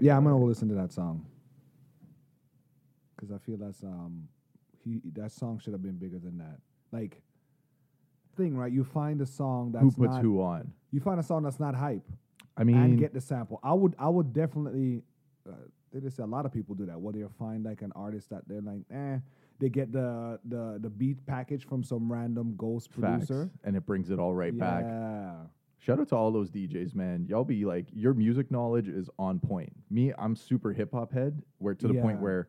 Yeah, I'm gonna listen to that song because I feel that's um he that song should have been bigger than that. Like thing, right? You find a song that's who puts not, who on? You find a song that's not hype I mean, and get the sample. I would I would definitely. Uh, they just a lot of people do that. Where they find like an artist that they're like, eh, they get the the the beat package from some random ghost facts, producer. and it brings it all right back. Yeah. Shout out to all those DJs, man. Y'all be like, your music knowledge is on point. Me, I'm super hip hop head, where to the point Yeah. where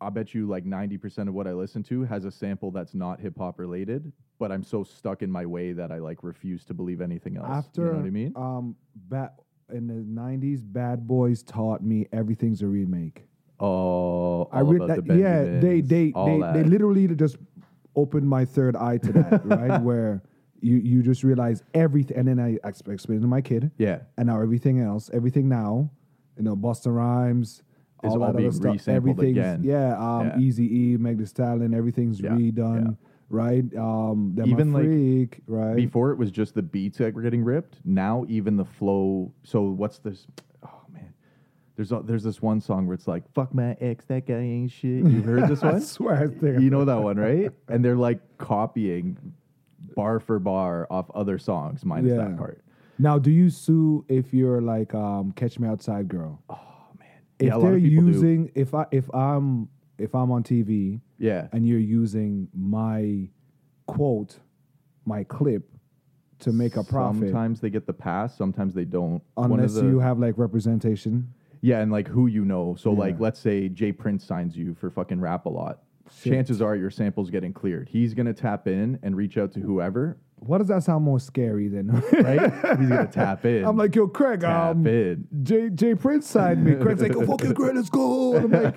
I bet you like 90% of what I listen to has a sample that's not hip hop related, but I'm so stuck in my way that I like refuse to believe anything else. After you know what I mean? Um, ba- in the '90s, Bad Boys taught me everything's a remake. oh, all I read about that. the yeah, they Benjamins, they all they, that. they literally just opened my third eye to that, right? Where you you just realize everything, and then I ex- explained to my kid, yeah, and now everything else, everything now, you know, Busta Rhymes, Is all all that being other stuff, resampled everything's again. yeah, um, Yeah. Easy E, Meg Thee Stallion, everything's Yeah, redone, yeah. right? Um, them Even, a like, freak, right? Before it was just the beats that were getting ripped. Now even the flow. So what's this? Oh man, there's a, there's this one song where it's like "fuck my ex, that guy ain't shit." You heard this I one? swear, I think you know that one, right? And they're like copying bar for bar off other songs, minus Yeah. that part. Now, do you sue if you're like um, Catch Me Outside Girl? If yeah, a lot they're of people do. using, if I if I'm if I'm on TV Yeah, and you're using my quote, my clip to make a profit, Sometimes they get the pass, sometimes they don't. One of unless the- you have like representation, Yeah, and like who you know. So like Yeah. let's say Jay Prince signs you for fucking rap a lot. Shit. Chances are your sample's getting cleared. He's gonna tap in and reach out to whoever, what does that sound more scary than? right? He's gonna tap in. I'm like, yo, Craig, tap um, in. Jay Jay Prince signed me. Craig's like, oh, fucking Craig, let's go. And I'm like,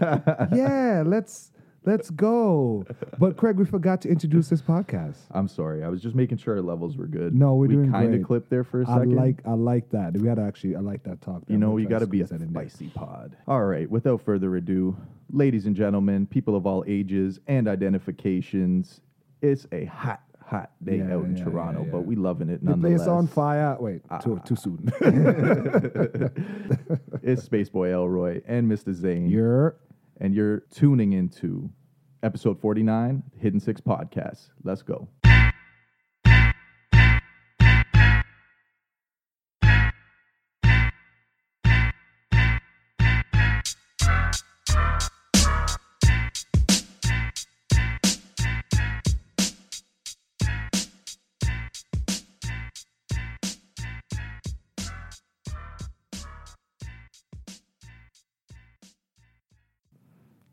yeah, let's let's go. But Craig, we forgot to introduce this podcast. I'm sorry. I was just making sure our levels were good. No, we're we doing kinda great. clipped there for a I second. like I like that. We gotta actually I like that talk. you know, you got to to be a that in there. spicy pod. All right, without further ado, ladies and gentlemen, people of all ages and identifications, it's a hot, hot day Yeah, out in yeah, yeah, Toronto, yeah. but we loving it The nonetheless. Ah. place on fire. Wait, too, too soon. It's Space Boy Elroy and Mr. Zane, You're and you're tuning into episode 49, Hidden Six Podcast. Let's go.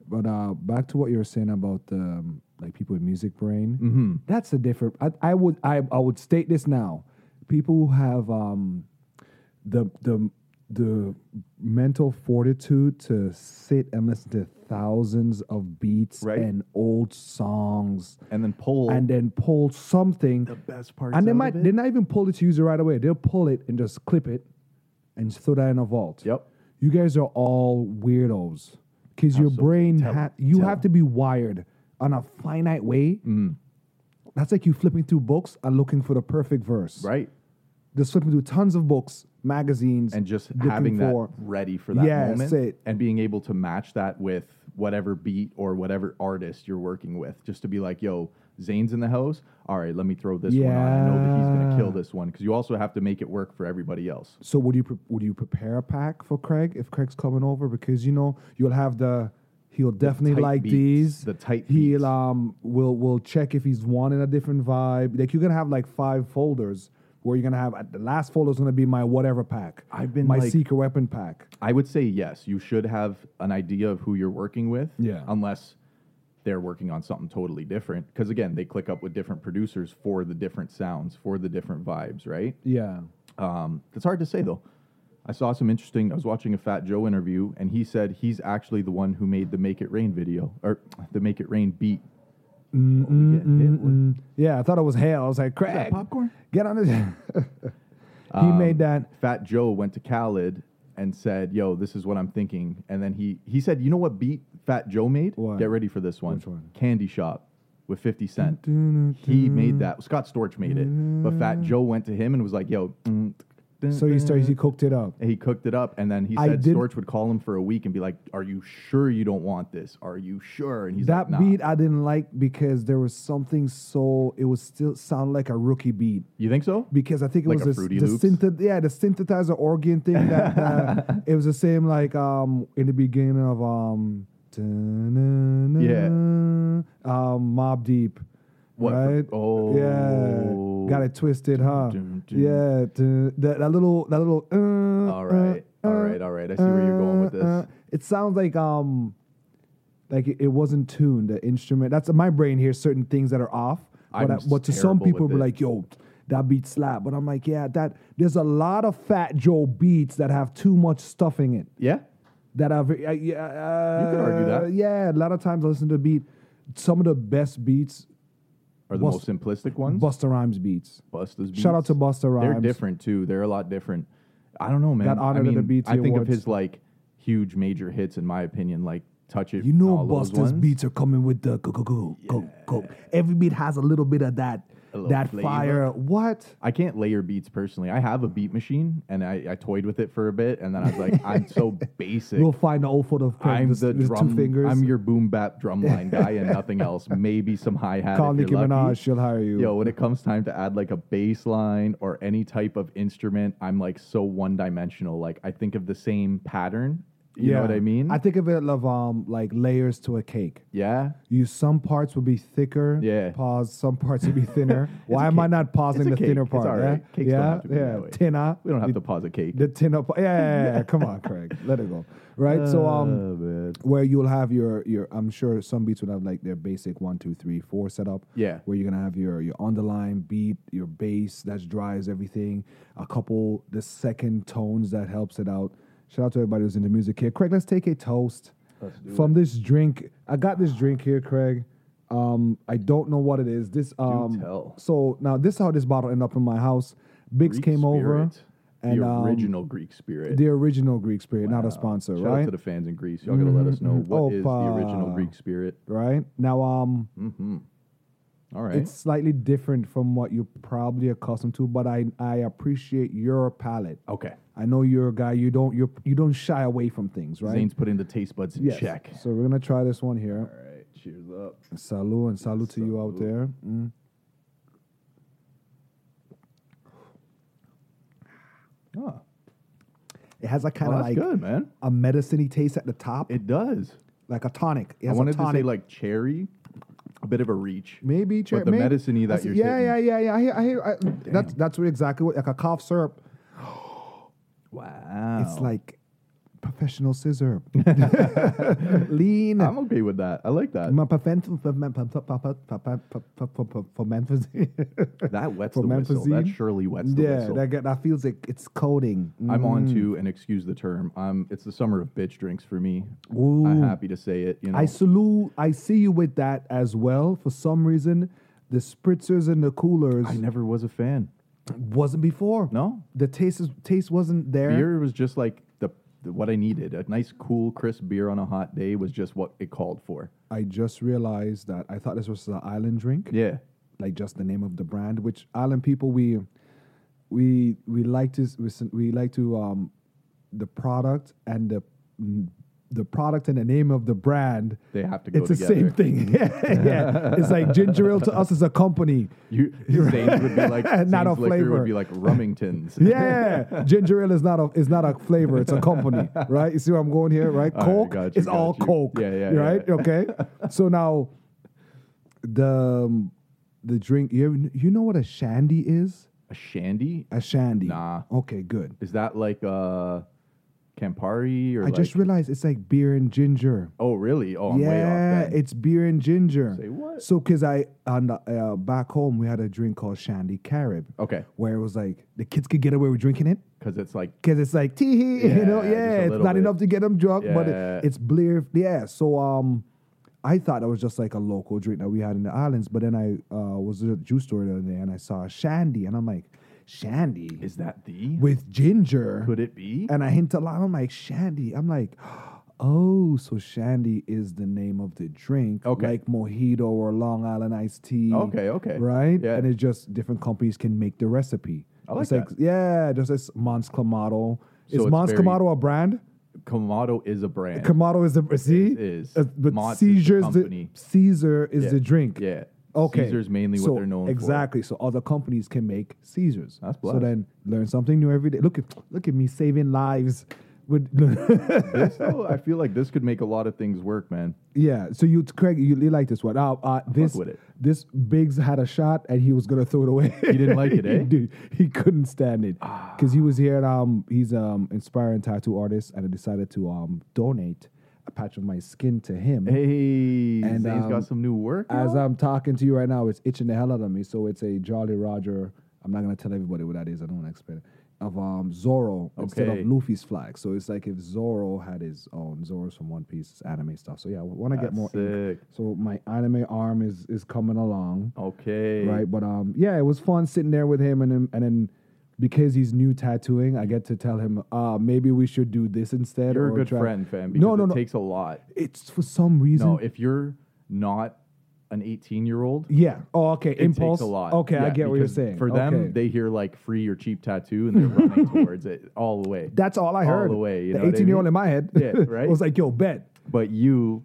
but uh back to what you were saying about um like people with music brain. hmm That's a different I, I would I, I would state this now. People who have um the the the mental fortitude to sit and listen to thousands of beats Right. and old songs And then pull and then pull something the best parts And they out might of they're it. not even pull it to use it right away. They'll pull it and just clip it and throw that in a vault. Yep. You guys are all weirdos. Because your brain Tell ha- it. you Tell Mm-hmm. have it. to be wired on a finite way. That's like you flipping through books and looking for the perfect verse. Right. Just flipping through tons of books, magazines, and just looking having for- that ready for that Yeah, moment say it. and being able to match that with whatever beat or whatever artist you're working with just to be like yo zane's in the house all right let me throw this one on i know that he's going to kill Yeah. this one because you also have to make it work for everybody else So would you pre- would you prepare a pack for Craig if Craig's coming over because you know you'll have the he'll definitely tight like beats, these the tight beats. he'll um will will check if he's wanting a different vibe like you're gonna have like five folders where you're gonna have uh, the last folder's gonna be my whatever pack I've been, my like- secret weapon pack i would say yes you should have an idea of who you're working with Yeah. unless they're working on something totally different because again they click up with different producers for the different sounds for the different vibes right yeah Um, it's hard to say though. I saw some interesting. I was watching a Fat Joe interview, and he said he's actually the one who made the "Make It Rain" video or the "Make It Rain" beat. Oh, we getting hit with- Mm, yeah I thought it was hell I was like Craig popcorn? Um, get on this he made that Fat Joe went to Khaled and said, "Yo, this is what I'm thinking." And then he he said, "You know what beat Fat Joe made? What? Get ready for this one. Which one? Candy Shop with 50 Cent. he made that. Scott Storch made it, but Fat Joe went to him and was like, "Yo, mm, dun, Mm-hmm. So you started, dun. you cooked it up. And he cooked it up, and then he I said did- Storch would call him for a week and be like, "Are you sure you don't want this? Are you sure?" And he's That like, nah. beat I didn't like because there was something so it was still sound like a rookie beat You think so? because I think it Like was a this- Fruity the Loops? synth- yeah the synthesizer organ thing that uh, it was the same like um in the beginning of um Yeah. um Mob Deep What, right oh. yeah got it twisted huh Dun, dun. yeah dun- that, that little that little uh, all right, uh, all right, all right. I see where you're going with this. uh, uh. It sounds like um, like it, it wasn't tuned. The instrument. That's my brain hears certain things that are off. I'm But, I- but to some terrible people, with be it. like, "Yo, that beat slap." But I'm like, "Yeah, that." There's a lot of Fat Joe beats that have too much stuff in it. yeah, That I've uh, yeah. Uh, could argue that. Yeah, a lot of times I listen to beat. Some of the best beats, are the most Bust- simplistic ones. Busta Rhymes beats. Busta's beats. Shout out to Busta They're Rhymes. different too. They're a lot different. I don't know, man. Got honored I at the mean, BET I think Awards. of his like huge major hits, in my opinion, like "Touch It." You know, and all those Buster's ones. beats are coming with the go go go go go. Every beat has a little bit of that A little that flavor. fire. What? I can't layer beats personally. I have a beat machine, and I, I toyed with it for a bit, and then I was like, I'm so basic. We'll find the old photo of Craig. I'm this- the this drum. two fingers. I'm your boom bap drumline guy, and nothing else. Maybe some hi hat. Call if Nicki you're lucky. Minaj. She'll hire you. Yo, when it comes time to add like a bass line or any type of instrument, I'm like so one dimensional. Like I think of the same pattern. You know what I mean? I think of it of um like layers to a cake. yeah. You some parts will be thicker. Yeah. Pause. Some parts will be thinner. Why a am I cake. not pausing It's a the cake. thinner It's part? all yeah? right. Cakes yeah. don't have to be yeah. that way. Tinner. We don't have to the, pause a cake. the tinner. part. Yeah, yeah, yeah, yeah. Come on, Craig. Let it go. Right. so um. Oh, man. where you'll have your your I'm sure some beats would have like their basic one two three four setup. Yeah. Where you're gonna have your your underline beat, your bass that drives everything, a couple the second tones that helps it out. Shout out to everybody who's in the music here. Craig, let's take a toast from this drink. I got this drink here, Craig. Um, I don't know what it is. This um, tell. so now this is how this bottle ended up in my house. Biggs Greek came over, spirit. and the um, original Greek spirit. the original Greek spirit, not a Wow. sponsor, Shout right? out to the fans in Greece. Y'all gotta let us know Mhm. what is the original Opa. Greek spirit. right now, um, All right. It's slightly different from what you're probably accustomed to, but I, I appreciate your palate. okay. I know you're a guy you don't you you don't shy away from things, right? Zane's putting the taste buds in Yes. check. So we're gonna try this one here. All right. Cheers up. Salut and salut to you out there. Mm. Oh, Ah. It has a kind well, of Oh, that's like good, man. a medicine taste at the top, It does. like a tonic. It I has wanted a to tonic. say like cherry, a bit of a reach. maybe cherry. the medicine-y that you're Yeah, yeah, yeah, yeah. I hear. I hear. I, that's that's what exactly what like a cough syrup. Wow. It's like professional scissor. Lean. I'm okay with that. I like that. My perfen- perfen- perfen- perfen- perfen- perfen- perfen- perfen- That wets the From whistle. That Memphazine? surely wets the Yeah, whistle. that, get- that feels like it's coating. Mm. I'm on to and excuse the term. Um, it's the summer of bitch drinks for me. Ooh. I'm happy to say it. You know, I salute. I see you with that as well. For some reason, the spritzers and the coolers I never was a fan. wasn't before. No, the taste is, taste wasn't there. beer was just like the, the what I needed. A nice, cool, crisp beer on a hot day was just what it called for. I just realized that I thought this was an island drink, Yeah, like just the name of the brand. Which island people we we we like to s- we, s- we like to um the product and the the product and the name of the brand they have to go It's the together. same thing. yeah, yeah. It's like ginger ale to us as a company. You, Zane's would be like Not Zane's a liquor flavor. would be like Rummingtons. Yeah, ginger ale is not a is not a flavor. It's a company, right? You see where I'm going here, right? right, Coke got you, is all got you. Coke, Yeah, yeah, right? yeah. Okay. So now, the um, the drink you ever, you know what a shandy is? A shandy? A shandy. Nah. Okay, good. Is that like uh Campari or I like just realized it's like beer and ginger. Oh really? Oh I'm way yeah, off then. it's beer and ginger. Say what? So, cause I on the, uh, back home we had a drink called Shandy Carib. Okay. where it was like the kids could get away with drinking it Cause it's like because it's like tee hee, you know, Yeah, just a yeah, it's little not bit. enough to get them drunk, but Yeah. it, it's blear, yeah. So um, I thought it was just like a local drink that we had in the islands, but then I uh, was at a juice store the other day and I saw a shandy, and I'm like, shandy is that the with ginger, could it be? and I hint a lot. I'm like shandy. I'm like. Oh, so Shandy is the name of the drink, Okay. like mojito or Long Island iced tea, Okay, okay. right? Yeah. And it's just different companies can make the recipe. I like it's like that. yeah, there's this Mons Clamato. So is it's Mons very- Clamato a brand? Kamado is a brand. Kamado is the see, is. Uh, but Mott's is the Caesar's the, company. Caesar is Yeah. the drink. yeah. Okay. Caesar's mainly So, what they're known exactly. So other companies can make Caesars. That's So blessed. then learn something new every day. Look at look at me saving lives with for. This, though, I feel like this could make a lot of things work, man. Yeah. So you Craig, you, you like this one. Uh, uh this with it. this Biggs had a shot and he was gonna throw it away. He didn't like it, eh? Ah. Dude, he couldn't stand it. Because he was here at, um he's um inspiring tattoo artist and I decided to um donate a patch of my skin to him. Hey, Mm-hmm. And, Zane's um, got some new work. As yo. I'm talking to you right now, it's itching the hell out of me. So it's a Jolly Roger. I'm not gonna tell everybody what that is. I don't want to explain it. Of um Zoro instead of Okay. Luffy's flag. So it's like if Zoro had his own. Zoro's from One Piece, it's anime stuff. So yeah, I want to get That's more. ink. sick. So my anime arm is is coming along, okay. right? But um yeah, it was fun sitting there with him, and then, and then because he's new tattooing, I get to tell him, uh, maybe we should do this instead. You're a or good try- friend, fam. Because No, no, it no. takes a lot. It's for some reason. No, if you're not an 18 year old, Yeah. Oh, okay. it Impulse. takes a lot. Okay, I Yeah, get what you're because saying. For them, Okay. they hear like free or cheap tattoo and they're running towards it all the way. that's all I all heard. the way, you the know what I 18 year old mean? in my head. Yeah, right? was like, yo, bet. but you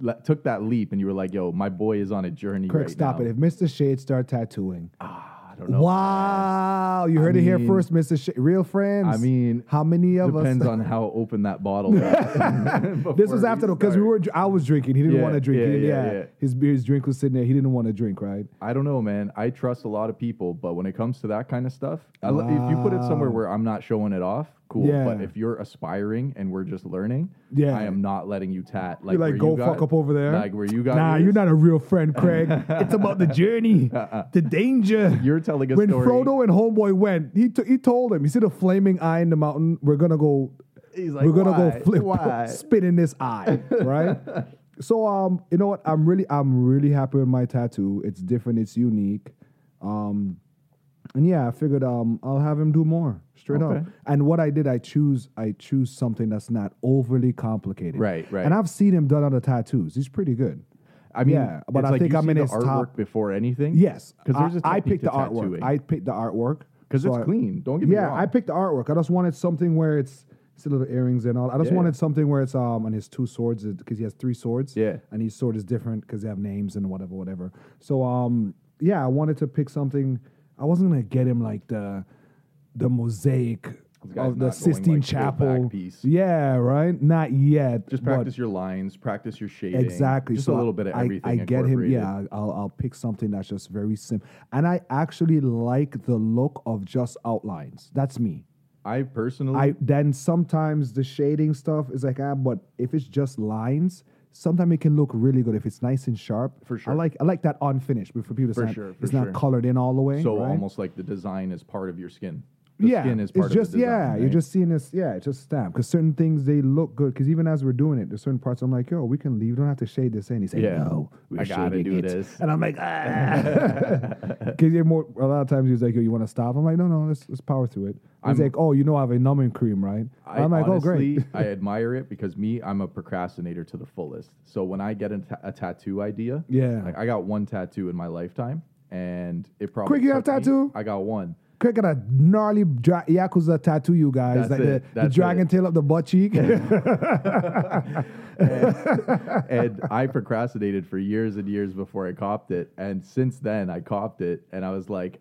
le- took that leap and you were like, yo, my boy is on a journey. Kirk, right stop now. it. If Mr. Shade start tattooing. I don't know. Wow. You heard it here mean- first, Mr. Shade. Real friends. I mean, how many of us? Depends on how open that bottle is. this was after, because we were, dr- I was drinking. He didn't Yeah, want to drink. yeah, He didn't- yeah, yeah. yeah. His, beer- his drink was sitting there. He didn't want to drink, right? I don't know, man. I trust a lot of people, but when it comes to that kind of stuff, I li- if you put it somewhere Wow. where I'm not showing it off, cool. Yeah. But if you're aspiring and we're just learning, Yeah. I am not letting you tat. Like, You're like, where go you got- fuck up over there. Like where you got. Nah, yours. Uh-uh. you're not a real friend, Craig. it's about the journey, the danger. You're telling a when story. Frodo and Homeboy went, he t- he told him, "You see the flaming eye in the mountain? We're gonna go. He's like, we're gonna "Why? go flip, Why?" spit in this eye, right?" so um, you know what? I'm really I'm really happy with my tattoo. It's different. It's unique. Um, and yeah, I figured um I'll have him do more straight up. Okay. And what I did, I choose I choose something that's not overly complicated. Right, right. And I've seen him done other tattoos. He's pretty good. I mean, Yeah, but it's I like think you I'm see in the his artwork top- before anything. Yes, because there's a I, I technique picked to the artwork. tattooing. I picked the artwork because so it's I- clean. Don't get me Yeah, wrong. I picked the artwork. I just wanted something where it's it's a little earrings and all. I just Yeah. wanted something where it's um on his two swords because he has three swords. Yeah. and each sword is different because they have names and whatever, whatever. So um yeah, I wanted to pick something. I wasn't gonna get him like the the mosaic This guy's of the not going, Sistine like, full back Chapel. piece. Yeah, right. Not yet. just but- practice your lines, practice your shading. Exactly. Just So a little bit of I- everything. I, get him. incorporated. Yeah, I'll, I'll pick something that's just very simple. And I actually like the look of just outlines. That's me. I personally, I then sometimes the shading stuff is like ah, but if it's just lines, sometimes it can look really good if it's nice and sharp. For I sure. like I like that unfinished. But for people, it's, For not, sure, for it's sure. not colored in all the way. so right? almost like the design is part of your skin. The yeah, skin is it's part of just the design. yeah, you're right? just seeing this yeah, it's just stamp because certain things they look good because even as we're doing it, there's certain parts I'm like yo, we can leave, don't have to shade this in. He's like Yeah. no, we're I gotta shading do it." this. and I'm like ah, because you're more a lot of times he's like yo, you want to stop? I'm like no, no, let's let's power through it. I'm- He's like oh, you know I have a numbing cream right? I am like oh honestly, great, I admire it because me, I'm a procrastinator to the fullest. So when I get a, ta- a tattoo idea, Yeah. like I got one tattoo in my lifetime, and it probably Quick, you have took me- tattoo? I got one. Craig got a gnarly dra- yakuza tattoo, you guys, That's like it, the, the that's dragon it. tail up the butt cheek. and I procrastinated for years and years before I copped it. And since then, I copped it, and I was like,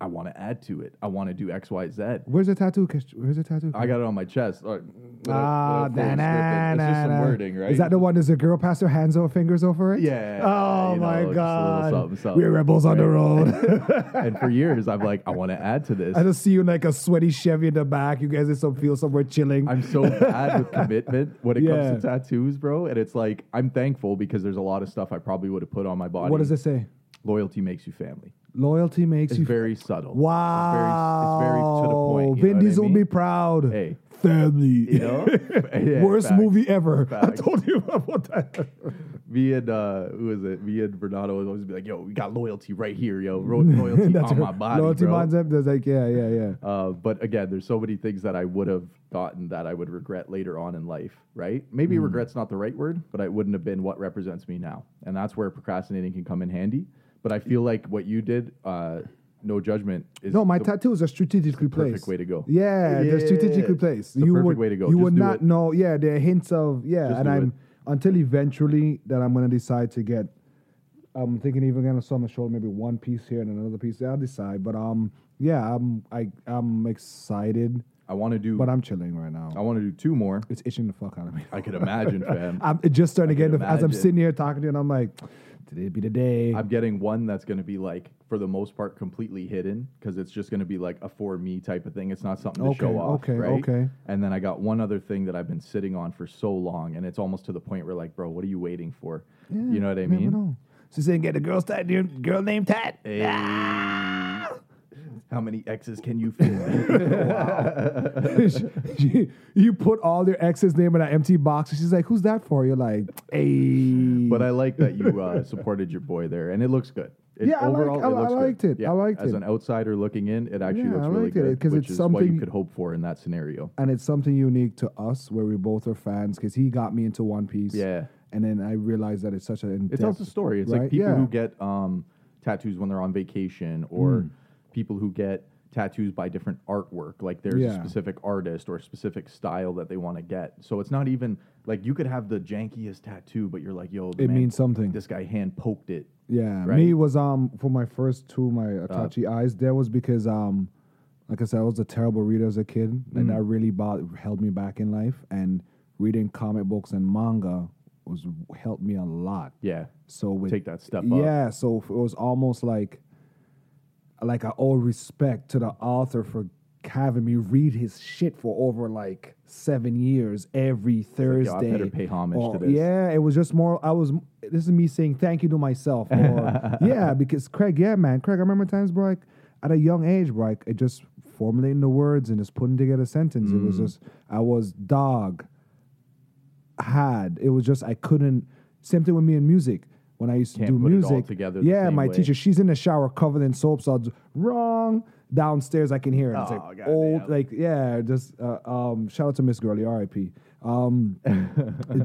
I want to add to it. I want to do X, Y, Z. Where's the tattoo? Kish- Where's the tattoo? I got it on my chest. like, without- Ah, without full na, na, description. It's just na, some na. wording, right? Is that the one? Does the girl pass her hands over fingers over it? Yeah. Oh you know, my just a little god. something, something, We're rebels on the right? road. and for years, I'm like, I want to add to this. I just see you in like a sweaty Chevy in the back. You guys in some field somewhere chilling. I'm so bad with commitment when it Yeah. comes to tattoos, bro. And it's like I'm thankful because there's a lot of stuff I probably would have put on my body. what does it say? Loyalty makes you family. Loyalty makes It's you. very subtle. wow. It's very, it's very to the point. you know Vin what I Diesel will be mean? proud. Hey. Family. You know? Yeah, Worst facts. movie ever. I Facts. told you about that. Me and uh, who is it? Me and Bernardo would always be like, "Yo, we got loyalty right here, yo. Ro- loyalty on my body, Loyalty bro." bonds up. There's like, yeah, yeah, yeah. Uh, but again, there's so many things that I would have gotten that I would regret later on in life, right? Maybe Mm. regret's not the right word, but it wouldn't have been what represents me now. And that's where procrastinating can come in handy. But I feel like what you did uh, no judgment is No, my the tattoos are strategically placed. perfect way to go. Yeah, they're Yeah. strategically placed. The perfect would, way to go. You Just would do not it. know. Yeah, there are hints of yeah, Just and do I'm until eventually that I'm gonna decide to get. I'm thinking even gonna sew on the shoulder, maybe one piece here and another piece there. I'll decide, but um, yeah, I'm I I'm excited, I want to do. but I'm chilling right now. I want to do two more. It's itching the fuck out of me. Oh. I could imagine, fam. I'm it just starting to I get can the- as I'm imagine. sitting here talking to you, and I'm like, today be the day. I'm getting one that's going to be like, for the most part, completely hidden because it's just going to be like a for me type of thing. It's not something to Okay, show off. okay, right? okay. And then I got one other thing that I've been sitting on for so long, and it's almost to the point where like, bro, what are you waiting for? you know what I never mean? know. She said, get a girl's tat, dude. girl named Tat. Hey. How many X's can you fit? She- you put all their ex's name in an empty box, and she's like, "Who's that for?" You're like, "Hey." but I like that you uh, supported your boy there, and it looks good. It, Yeah, I like- overall, I- it looks I good. liked it. Yeah, I liked As it. an outsider looking in, it actually Yeah, looks I really liked it, good 'cause which it's is what something- you could hope for in that scenario. and it's something unique to us where we both are fans because he got me into One Piece. Yeah. And then I realized that it's such a It tells a story. It's like right? people Yeah. who get um, tattoos when they're on vacation, or Mm. people who get tattoos by different artwork. Like there's Yeah. a specific artist or a specific style that they want to get. So it's not even like you could have the jankiest tattoo, but you're like, yo, the It man- means something. This guy hand poked it. Yeah, Right. me was um for my first two my Atachi eyes. There was because um, like I said, I was a terrible reader as a kid, and that really bo- held me back in life. And reading comic books and manga was helped me a lot. Yeah. So with, Take that step up. Yeah, so f- it was almost like like I owe respect to the author for having me read his shit for over like seven years every Thursday. "Yo, I better pay homage Or- to this. Yeah, it was just more. I was. This is me saying thank you to myself. Or, yeah, because Craig. Yeah, man, Craig. I remember times, bro. Like at a young age, bro. Like it just formulating the words and just putting together a sentence. It Mm. was just. I was dog had. It was just I couldn't. Same thing with me in music. When I used Can't to do put it all music, together the yeah, same my way. teacher, she's in the shower covered in soap suds. Wrong downstairs, I can hear it. It's Oh, like goddamn. old, like yeah, just uh, um, shout out to Miss Gurley, R.I.P. Um, it's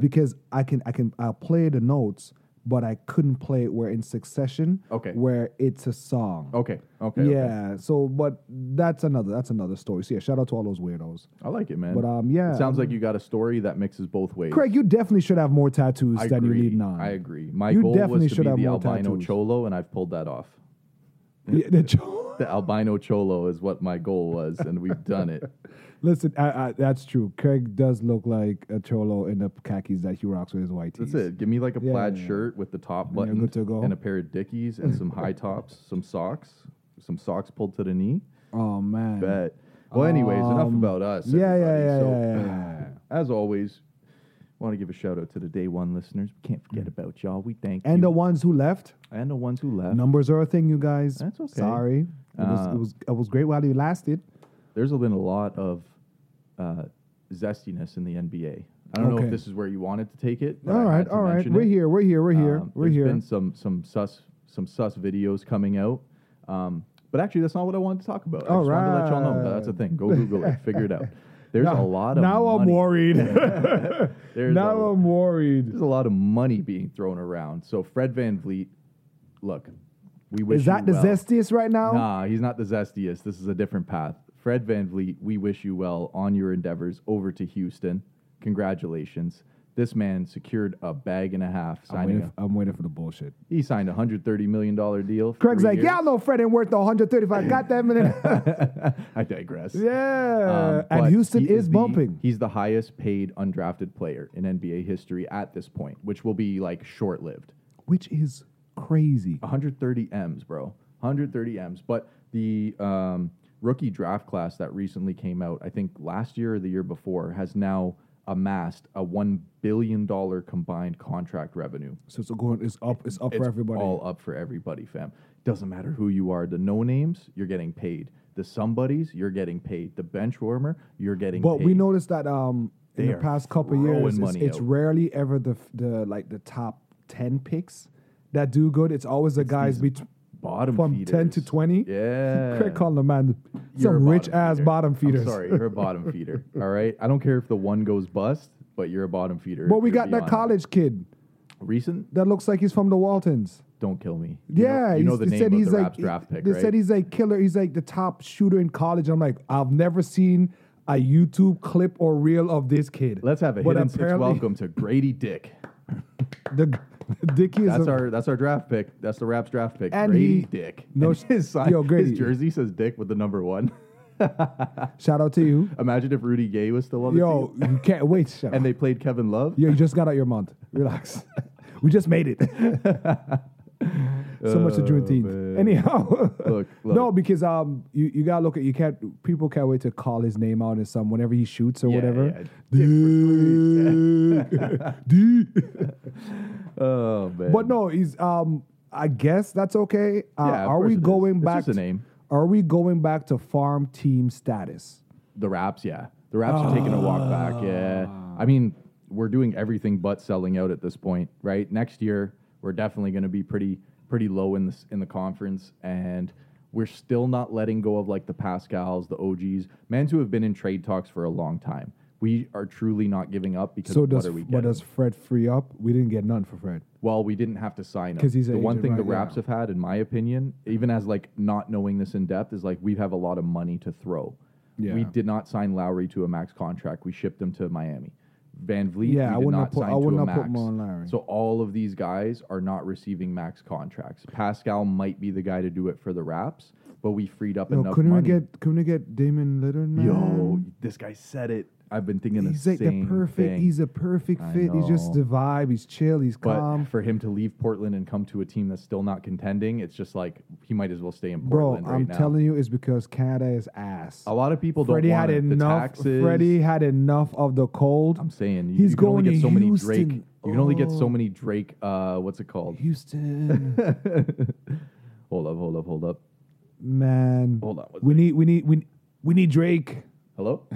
because I can, I can, I play the notes, but I couldn't play it where in succession, Okay. where it's a song. Okay. Okay. okay. Yeah, so but that's another that's another story. So yeah, shout out to all those weirdos. I like it, man. But, um, yeah, It sounds like you got a story that mixes both ways. Craig, you definitely should have more tattoos I than agree. you need on. I agree. My You goal definitely was to should be have the more albino tattoos. cholo, and I've pulled that off. Yeah, the cho- The albino cholo is what my goal was, and we've done it. Listen, I, I, that's true. Craig does look like a cholo in the khakis that he rocks with his white tees. That's it. Give me like a Yeah, plaid yeah, yeah. shirt with the top you're button good to go. and a pair of dickies and some high tops, some socks, some socks pulled to the knee. Oh man. Bet. Well, anyways, enough Um, about us. yeah, yeah, everybody. yeah, So, yeah, yeah, yeah, As always, want to give a shout out to the day one listeners. We can't forget about y'all. We thank Mm. And you. the ones who left, and the ones who left. numbers are a thing, you guys. That's okay. Sorry, it was Uh, it was it was great while you lasted. There's been a lot of uh, zestiness in the NBA. I don't know Okay. if this is where you wanted to take it. but I All had right, to all right, mention we're it. here, we're here, we're here, Um, we're there's here. been some some sus some sus videos coming out. Um, but actually, that's not what I wanted to talk about. I All just wanted to let y'all know that that's a right. thing. Go Google it, figure it out. There's Now- a lot of now I'm money- worried. There's now a, I'm worried. there's a lot of money being thrown around. So Fred Van Vliet, look, we wish Is that the you well. zestiest right now? Nah, he's not the zestiest. This is a different path. Fred Van Vliet, we wish you well on your endeavors over to Houston. Congratulations. This man secured a bag and a half I'm, signing waiting a for, I'm waiting for the bullshit. he signed a hundred thirty million dollar deal. Craig's three like, years. yeah, I know Fred ain't worth the 135. Got that minute. I digress. yeah. Um, and but Houston he is, the- bumping. he's the highest paid undrafted player in NBA history at this point, which will be like short lived. which is crazy. 130 m's, bro. 130 m's. But the um, rookie draft class that recently came out, I think last year or the year before, has now amassed a one billion dollar combined contract revenue. So it's going. It's up. It's up for It's everybody. All up for everybody, fam. Doesn't matter who you are. The no names, you're getting paid. The somebodies, you're getting paid. The bench warmer, you're getting but paid. we noticed that um in They the are past couple throwing years, it's, money it's out. rarely ever the f- the like the top ten picks that do good. It's always the guys these bet- bottom from feeders. ten to twenty. Yeah. Craig calling the man You're a some rich ass feeder. bottom I'm feeders. sorry, you're a bottom feeder. All right. I don't care if the one goes bust, but you're a bottom feeder. But if we you're got that beyond college kid Recent? that looks like he's from the Waltons. Don't kill me. You know- Yeah, you know he's- the they name said of he's the like, Raps draft pick, They right? said he's a killer. He's like the top shooter in college. I'm like, I've never seen a YouTube clip or reel of this kid. Let's have a hit and six welcome to Grady Dick. The Dickie is That's a- our that's our draft pick. That's the Raps draft pick. And Grady he- Dick. no And sh- his sign, yo, Grady. his jersey says Dick with the number one. shout out to you. Imagine if Rudy Gay was still on the Yo, team you can't wait. Shout and they played Kevin Love. Yo, you just got out your month. Relax. we just made it. so much to Juneteenth. Oh, man. Anyhow, Look, look. no, because um, you, you gotta look at you can't people can't wait to call his name out in some whenever he shoots or Yeah, whatever. Dick. Oh man. but no, he's um, I guess that's okay. Uh, Yeah, of are course we it is. going It's back? just a name. Are we going back to farm team status? The Raps, yeah. The Raps are taking a walk back. Yeah. Ah. I mean, we're doing everything but selling out at this point, right? Next year, we're definitely going to be pretty pretty low in this in the conference and we're still not letting go of like the Pascals, the OGs, men who have been in trade talks for a long time. We are truly not giving up because So what does are we what getting? does Fred free up? We didn't get none for Fred. well, we didn't have to sign up. 'Cause he's the an one thing agent, the right? Raps Yeah. have had, in my opinion, even as like not knowing this in depth, is like we have a lot of money to throw. We Yeah. did not sign Lowry to a max contract. We shipped him to Miami. Van Vliet, Yeah, we I did would not not put- sign I to would a not put max. more on Lowry. So all of these guys are not receiving max contracts. Pascal might be the guy to do it for the Raps, but we freed up Yo, enough couldn't money. we get couldn't we get Damon Lillard? Man? Yo, this guy said it. I've been thinking he's the like the same perfect. thing. He's a perfect I fit. He's just know. the vibe. He's chill. He's But calm. for him to leave Portland and come to a team that's still not contending, it's just like he might as well stay in Bro, Portland right I'm now. telling you, it's because Canada is ass. a lot of people don't Freddie want had it. the enough. taxes. Freddie had enough of the cold. I'm saying you, He's you can only going get to so many Drake. Houston. You can only get so Oh. many Drake. Uh, what's it called? Houston, Hold up, hold up, hold up. man. Hold on, what's We that? need. We need. We we need Drake. Hello.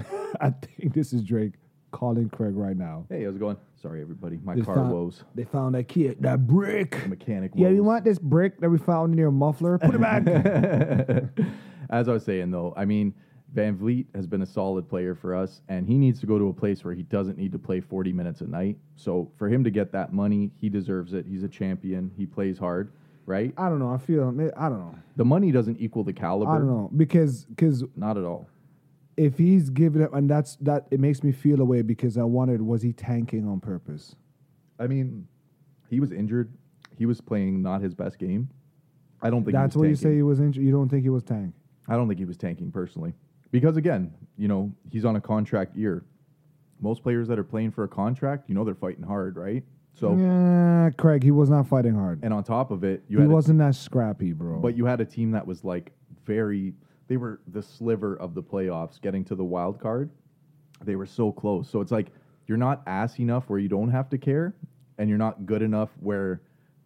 I think this is Drake calling Craig right now. hey, how's it going? Sorry, everybody. My They car found- woes. They found that kid, that brick. Mechanic. Yeah, woes. you want this brick that we found in your muffler? Put it back. As I was saying though, I mean. Van Vliet has been a solid player for us, and he needs to go to a place where he doesn't need to play 40 minutes a night. So for him to get that money, he deserves it. He's a champion. He plays hard, right? I don't know. I feel. I don't know. The money doesn't equal the caliber. I don't know because because Not at all. if he's giving up, and that's that, it makes me feel away because I wanted was he tanking on purpose? I mean, he was injured. He was playing not his best game. I don't think That's he was what you tanking. say he was injured. You don't think he was tank? I don't think he was tanking personally, because again, you know, he's on a contract year. Most players that are playing for a contract, you know, they're fighting hard, right? So, Yeah, Craig, he was not fighting hard. and on top of it, you He had a, wasn't that scrappy, bro. but you had a team that was like very. They were the sliver of the playoffs, getting to the wild card. They were so close. So it's like you're not ass enough where you don't have to care, and you're not good enough where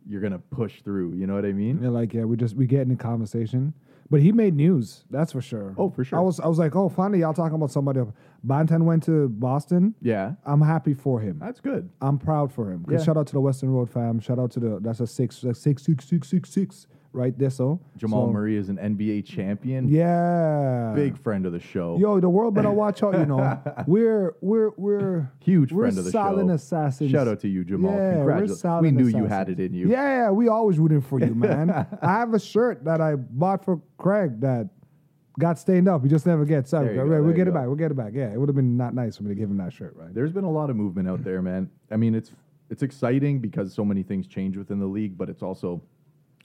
you're gonna push through. You know what I mean? They're like, yeah, we just we get in a conversation. But he made news, that's for sure. Oh, for sure. I was I was like, oh, finally y'all talking about somebody. Bantan went to Boston. Yeah, I'm happy for him. that's good. I'm proud for him. 'Cause Yeah. Shout out to the Western Road fam. Shout out to the that's a six, that's six, six, six, six, six, right there. So Jamal So, Murray is an NBA champion. yeah, Big friend of the show. Yo, the world better watch out. You know, we're we're we're Huge we're friend of the solid show. assassins. Shout out to you, Jamal. Yeah, we're Congratulations. solid We knew you assassins. had it in you. Yeah, we always rooting for you, man. I have a shirt that I bought for Craig that got stained up. He just never gets up. There you go, Right, there we'll you get it go. back. We'll get it back. Yeah, it would have been not nice for me to give him that shirt, right? There's been a lot of movement out there, man. I mean, it's it's exciting because so many things change within the league, but it's also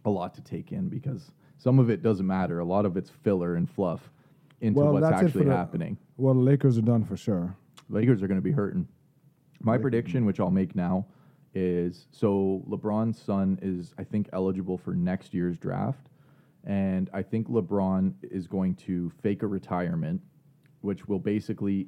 a lot to take in because some of it doesn't matter. A lot of it's filler and fluff into Well, what's that's it for actually the- happening. Well, the Lakers are done for sure. Lakers are going to be hurting. My prediction, which I'll make now, is so LeBron's son is, I think, eligible for next year's draft. And I think LeBron is going to fake a retirement, which will basically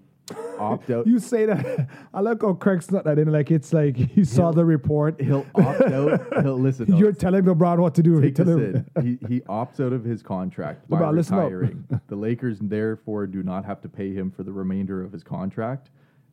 opt out. You say that. I like how Craig's not that in. Like it's like he saw the report. He'll opt out. He'll listen. no, You're telling LeBron what to do. take Tell this him. in. He, he opts out of his contract by LeBron, listen up. retiring. the Lakers therefore do not have to pay him for the remainder of his contract.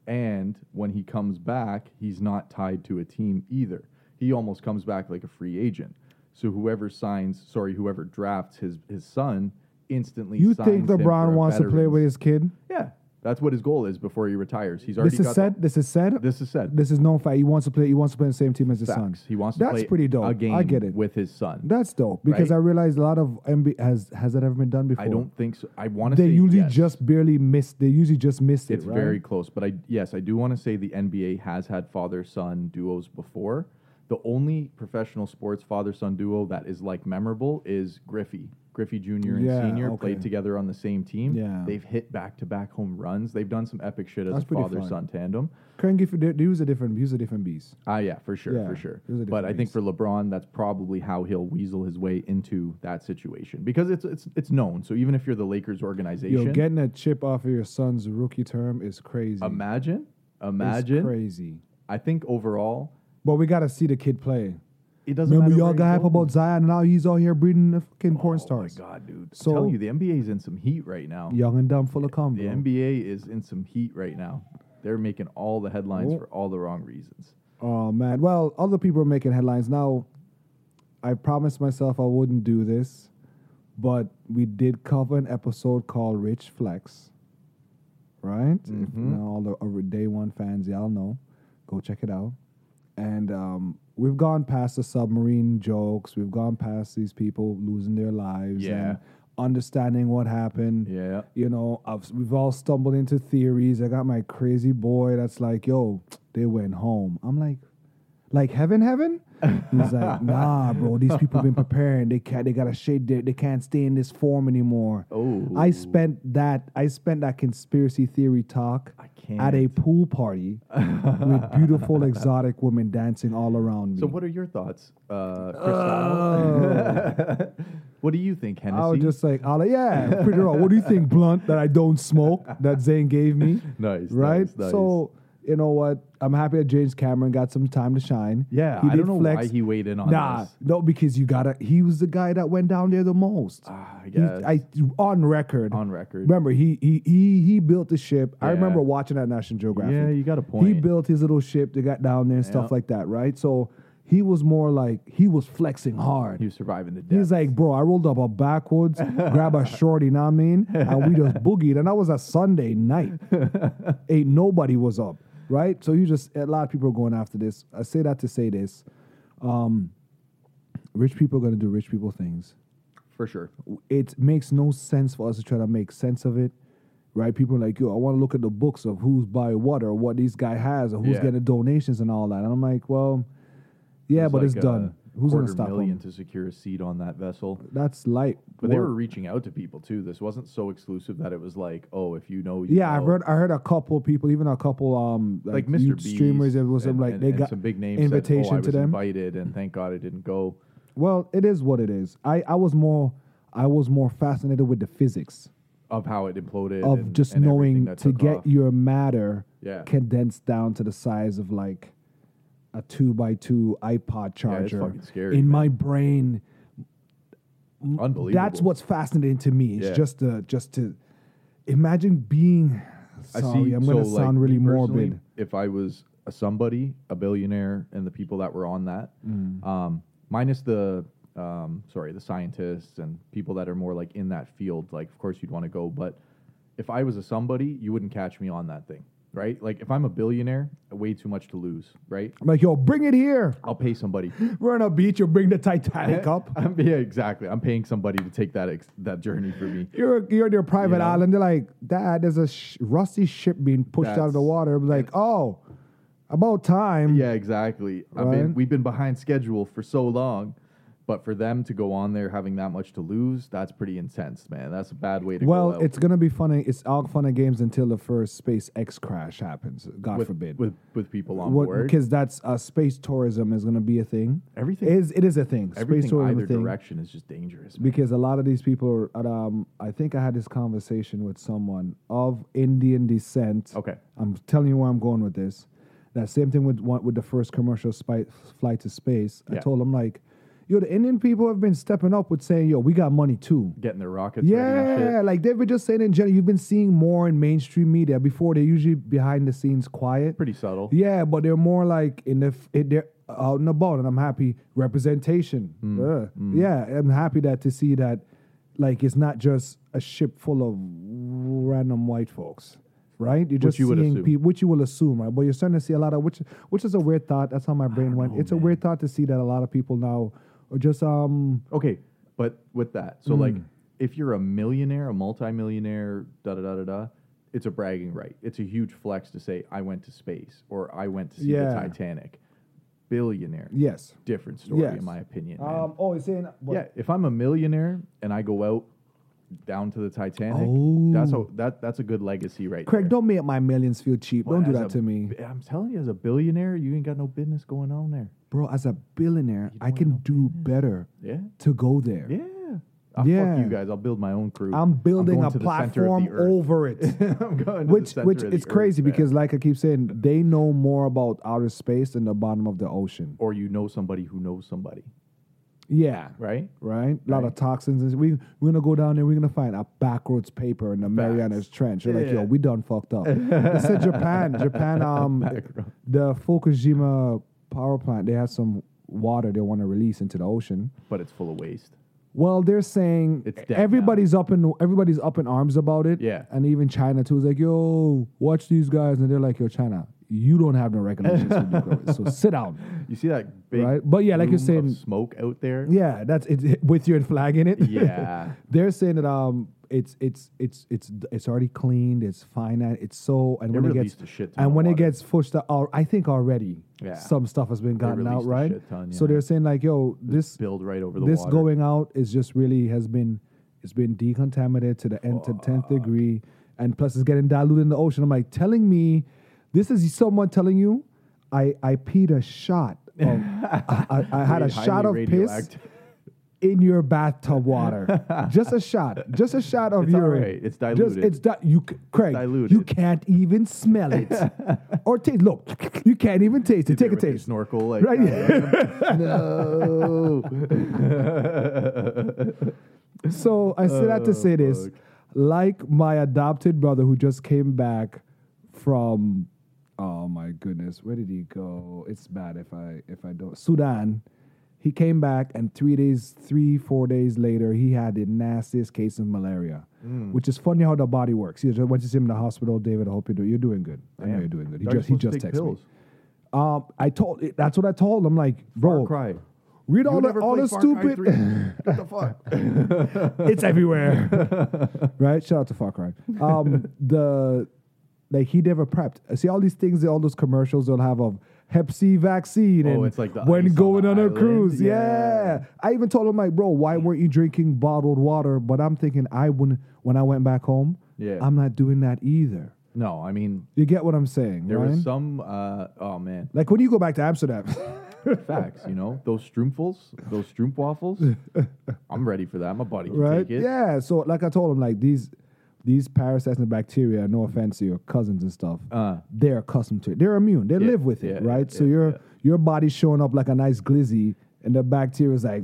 And when he comes back, he's not tied to a team either. He almost comes back like a free agent. So whoever signs, sorry, whoever drafts his his son instantly. You signs think him for LeBron a wants to play veteran's- with his kid? Yeah, That's what his goal is before he retires. He's already this is got said. This is said. This is said. This is known fact. He wants to play. He wants to play in the same team as his son. Facts. He wants to That's play pretty dope. a game I get it. with his son. That's dope because Right? I realized a lot of MB has has that ever been done before. I don't think so. I want to They say usually yes. just barely missed. They usually just missed it. It's right? very close, but I yes, I do want to say the NBA has had father son duos before. The only professional sports father son duo that is like memorable is Griffey. Griffey Jr. and Yeah, Senior okay. played together on the same team. Yeah. They've hit back to back home runs. They've done some epic shit as That's a pretty father son tandem. Karen Gifford, they, they use a different, use a different beast. Ah, yeah, for sure, Yeah, for sure. those are But I different think for LeBron, that's probably how he'll weasel his way into that situation because it's it's it's known. So even if you're the Lakers organization, Yo, getting a chip off of your son's rookie term is crazy. imagine, It's imagine. crazy. I think overall, But we gotta see the kid play. it doesn't Remember, matter y'all where he got hype goes. about Zion, and now he's out here breeding the fucking porn stars. Oh my god, dude! So- I'm telling you, the NBA's in some heat right now. Young and dumb, full of cum. The bro. NBA is in some heat right now. They're making all the headlines Oh. for all the wrong reasons. Oh man. Well, other people are making headlines now. I promised myself I wouldn't do this, but we did cover an episode called Rich Flex, right? If Mhm. now all the uh, day one fans, y'all know. Go check it out. And um, we've gone past the submarine jokes. We've gone past these people losing their lives Yeah. and understanding what happened Yeah, you know, I've, we've all stumbled into theories. I got my crazy boy that's like, yo, they went home. I'm like, like heaven, heaven? He's like, nah, bro. These people been preparing. They can't. They gotta shade. They, they can't stay in this form anymore. Oh. I spent that. I spent that conspiracy theory talk I can't. at a pool party with beautiful exotic women dancing all around me. so, what are your thoughts, uh, Crystal? what do you think, Hennessy? Oh. I was just like, I'll, yeah, pretty raw. What do you think, blunt that I don't smoke that Zane gave me? Nice, right? nice, nice. So you know what? I'm happy that James Cameron got some time to shine. yeah, he I did don't know flex. why he weighed in on Nah, this. no, because you gotta. He was the guy that went down there the most. Ah, I He- guess. I on record. on record. Remember, he he he he built the ship. I Yeah. remember watching that National Geographic. Yeah, you got a He point. built his little ship that got down there and Yeah. stuff like that, right? So he was more like he was flexing hard. He was surviving the death. He's like, bro, I rolled up a backwards, grab a shorty, know what I mean? And we just boogied. And that was a Sunday night. Ain't nobody was up, right? So you just, a lot of people are going after this. I say that to say this. Um, rich people are going to do rich people things. for sure. It makes no sense for us to try to make sense of it, right? People are like, yo, I want to look at the books of who's by what or what this guy has or who's Yeah. getting donations and all that. And I'm like, well, yeah, It was but it's like a done. Who's going quarter to stop million him? to secure a seat on that vessel? That's light. But they work. were reaching out to people too. This wasn't so exclusive that it was like, oh, if you know, you Yeah, I've know. heard. I heard a couple people, even a couple um like Mr. YouTube Beast streamers. It was and, like and- they and got some big names said, invitation "Oh, I to was them. invited, and thank God I didn't go. Well, it is what it is. I I was more I was more fascinated with the physics Of how it imploded of and- just and everything knowing that to took get off. your matter Yeah. condensed down to the size of like a two by two iPod charger fucking scary, in man. my brain. unbelievable. That's what's fascinating to me. It's Yeah. just to just to imagine being. Sorry, I'm going to so, like, sound really me personally, morbid. If I was a somebody, a billionaire, and the people that were on that, Mm. um, minus the um, sorry, the scientists and people that are more like in that field, like of course you'd want to go, but if I was a somebody, you wouldn't catch me on that thing, right? Like if I'm a billionaire, way too much to lose, right? I'm like, yo, bring it here. I'll pay somebody. We're on a beach. You bring the Titanic up. I'm, yeah, exactly. I'm paying somebody to take that ex- that journey for me. You're you're on your private Yeah. island. They're like, Dad, there's a sh- rusty ship being pushed out of the That's- water. I'm like, oh, about time. Yeah, exactly. I mean, Right. we've been behind schedule for so long, but for them to go on there having that much to lose, that's pretty intense, man. That's a bad way to Well, go. out. it's gonna be funny. It's all fun and games until the first SpaceX crash happens. God with, forbid. with with people on board. because that's uh, space tourism is gonna be a thing. Everything- is it is a thing. Everything space tourism either is a thing. direction is just dangerous. man. because a lot of these people are. Um, I think I had this conversation with someone of Indian descent. Okay. I'm telling you where I'm going with this. That same thing with one- with the first commercial spy, flight to space. I Yeah. told them like, yo, the Indian people have been stepping up with saying, yo, we got money too. Getting their rockets. ready and shit. Yeah, like they've been just saying in general. You've been seeing more in mainstream media before. They're usually behind the scenes, quiet. Pretty subtle. Yeah, but they're more like in the f- it, they're out and about, and I'm happy representation. Mm. Ugh. Yeah, I'm happy that to see that, like it's not just a ship full of random white folks, right? You're you would seeing assume. people, which you will assume, right? But you're starting to see a lot of which, which is a weird thought. That's how my brain went. it's a weird thought to see that a lot of people now are just um Okay, but with that, so like, Hmm. if you're a millionaire, a multimillionaire, da da da da da, it's a bragging right. It's a huge flex to say I went to space or I went to see the Yeah. Titanic. Billionaire, yes. different story Yes. in my opinion. man. Um, oh, it's saying but- yeah, if I'm a millionaire and I go out down to the Titanic, that's a that that's a good legacy right Oh. Craig, there. don't make my millions feel cheap. But don't do as that a to me, bi- I'm telling you, as a billionaire, you ain't got no business going on there. bro. As a billionaire, I can do better Yeah, to go there. yeah. I'll Yeah. Fuck you guys. I'll build my own crew. I'm building going a to the center of platform the earth. over it. I'm going to the which center which of the is crazy earth, man. because like I keep saying, they know more about outer space than the bottom of the ocean. or you know somebody who knows somebody, Yeah. right? Right? A lot of Right. toxins. and We we're gonna go down there, we're gonna find a backroads paper in the Marianas Trench. They're like, yo, Yeah. we done fucked up. it's in Japan. Japan um the Fukushima power plant, they have some water they want to release into the ocean. But it's full of waste. Well, they're saying It's dead now. everybody's up in everybody's up in arms about it. Yeah. and even China too is like, "Yo, watch these guys," and they're like, "Yo, China, you don't have no regulations, for nuclear waste, so sit down." You see that big Right. But yeah, like you're plume of saying- smoke out there. Yeah, that's it with your flag in it. Yeah. they're saying that um, it's it's it's it's it's already cleaned, it's finite, it's so, and They when it released gets a shit ton and of when it water. gets pushed out, al- I think already Yeah. some stuff has been gotten out, released a right? shit ton, So yeah. they're saying like, "Yo, this Build right over the this water. going out is just really has been it's been decontaminated to the end to tenth degree, and plus it's getting diluted in the ocean. I'm like telling me, this is someone telling you, I I peed a shot. Of, I, I, I had Highly a shot of piss radioactive. in your bathtub water. just a shot. Just a shot of It's all urine. right. It's Just, diluted. it's di- you, c- Craig. You diluted. can't even smell it or taste. Look, you can't even taste it. Take a With your taste. Snorkel. Like, Right? no. So I said that to Oh, say this, like my adopted brother who just came back from, oh my goodness, where did he go? It's bad if I if I don't Sudan. He came back and three days, three four days later, he had the nastiest case of malaria, Mm. which is funny how the body works. You just went to see him in the hospital, David. I hope you're doing you're doing good. I know Damn. you're doing good. He Are you just he supposed to take just texted me. pills? Um, I told that's what I told him. Like, bro, Far Cry. read all You the never all played the Far Cry stupid. 3? what the fuck? it's everywhere. right? Shout out to Far Cry. Um, the like he never prepped. See all these things, all those commercials they'll have of Hep C vaccine Oh, and it's like the when ice on going the on, a island. cruise. Yeah. Yeah. I even told him like, bro, why weren't you drinking bottled water? But I'm thinking I wouldn't when I went back home. Yeah. I'm not doing that either. No, I mean, You get what I'm saying, there right? was some, uh, oh man, like when you go back to Amsterdam. facts, you know? Those stroomfels, those stroomwaffles. I'm ready for that. My body can right? take it. Yeah. So like I told him, like these these parasites and bacteria, no offense to your cousins and stuff, Uh. they're accustomed to it. They're immune. They Yeah, live with it, yeah, right? yeah, so yeah, your yeah. your body's showing up like a nice glizzy, and the bacteria's like,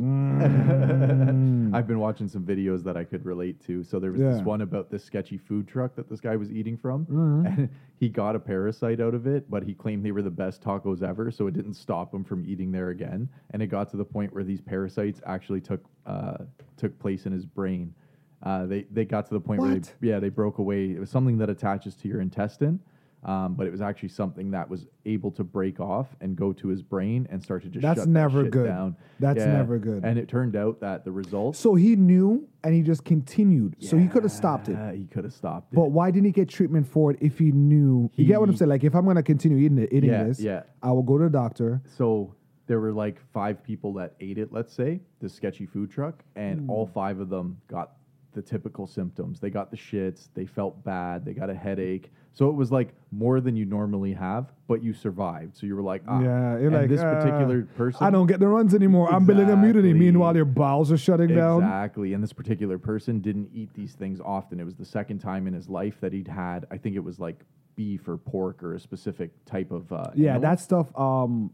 "Mm." I've been watching some videos that I could relate to. So there was Yeah. this one about this sketchy food truck that this guy was eating from, Mm-hmm. and he got a parasite out of it, but he claimed they were the best tacos ever, so it didn't stop him from eating there again. And it got to the point where these parasites actually took uh, took place in his brain. Uh, they they got to the point where What? they, yeah they broke away. It was something that attaches to your intestine. Um, but it was actually something that was able to break off and go to his brain and start to just That's shut that never shit good. down. That's never good. And it turned out that the results so he knew, and he just continued. So he could have stopped it. yeah, he could have stopped it. But why didn't he get treatment for it if he knew? you get what I'm He- saying? Like, if I'm gonna continue eating it, eating Yeah, this, yeah. I will go to the doctor. so there were like five people that ate it, let's say, the sketchy food truck, and Hmm. all five of them got the typical symptoms. They got the shits, they felt bad, they got a headache. So it was like more than you normally have, but you survived. So you were like, ah. Yeah, you're and like this "Ah, particular person I don't get the runs anymore. I'm building immunity. Exactly. Meanwhile, your bowels are shutting down. Exactly. And this particular person didn't eat these things often. It was the second time in his life that he'd had, I think it was like beef or pork or a specific type of uh, Yeah, animal. that stuff. Um,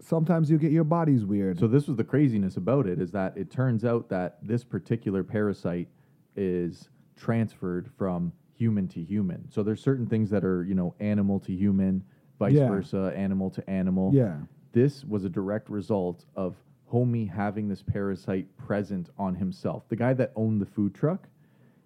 sometimes you get your body's weird. So this was the craziness about it is that it turns out that this particular parasite is transferred from human to human. So there's certain things that are, you know, animal to human, vice Yeah. versa, animal to animal. Yeah. This was a direct result of Homie having this parasite present on himself. The guy that owned the food truck,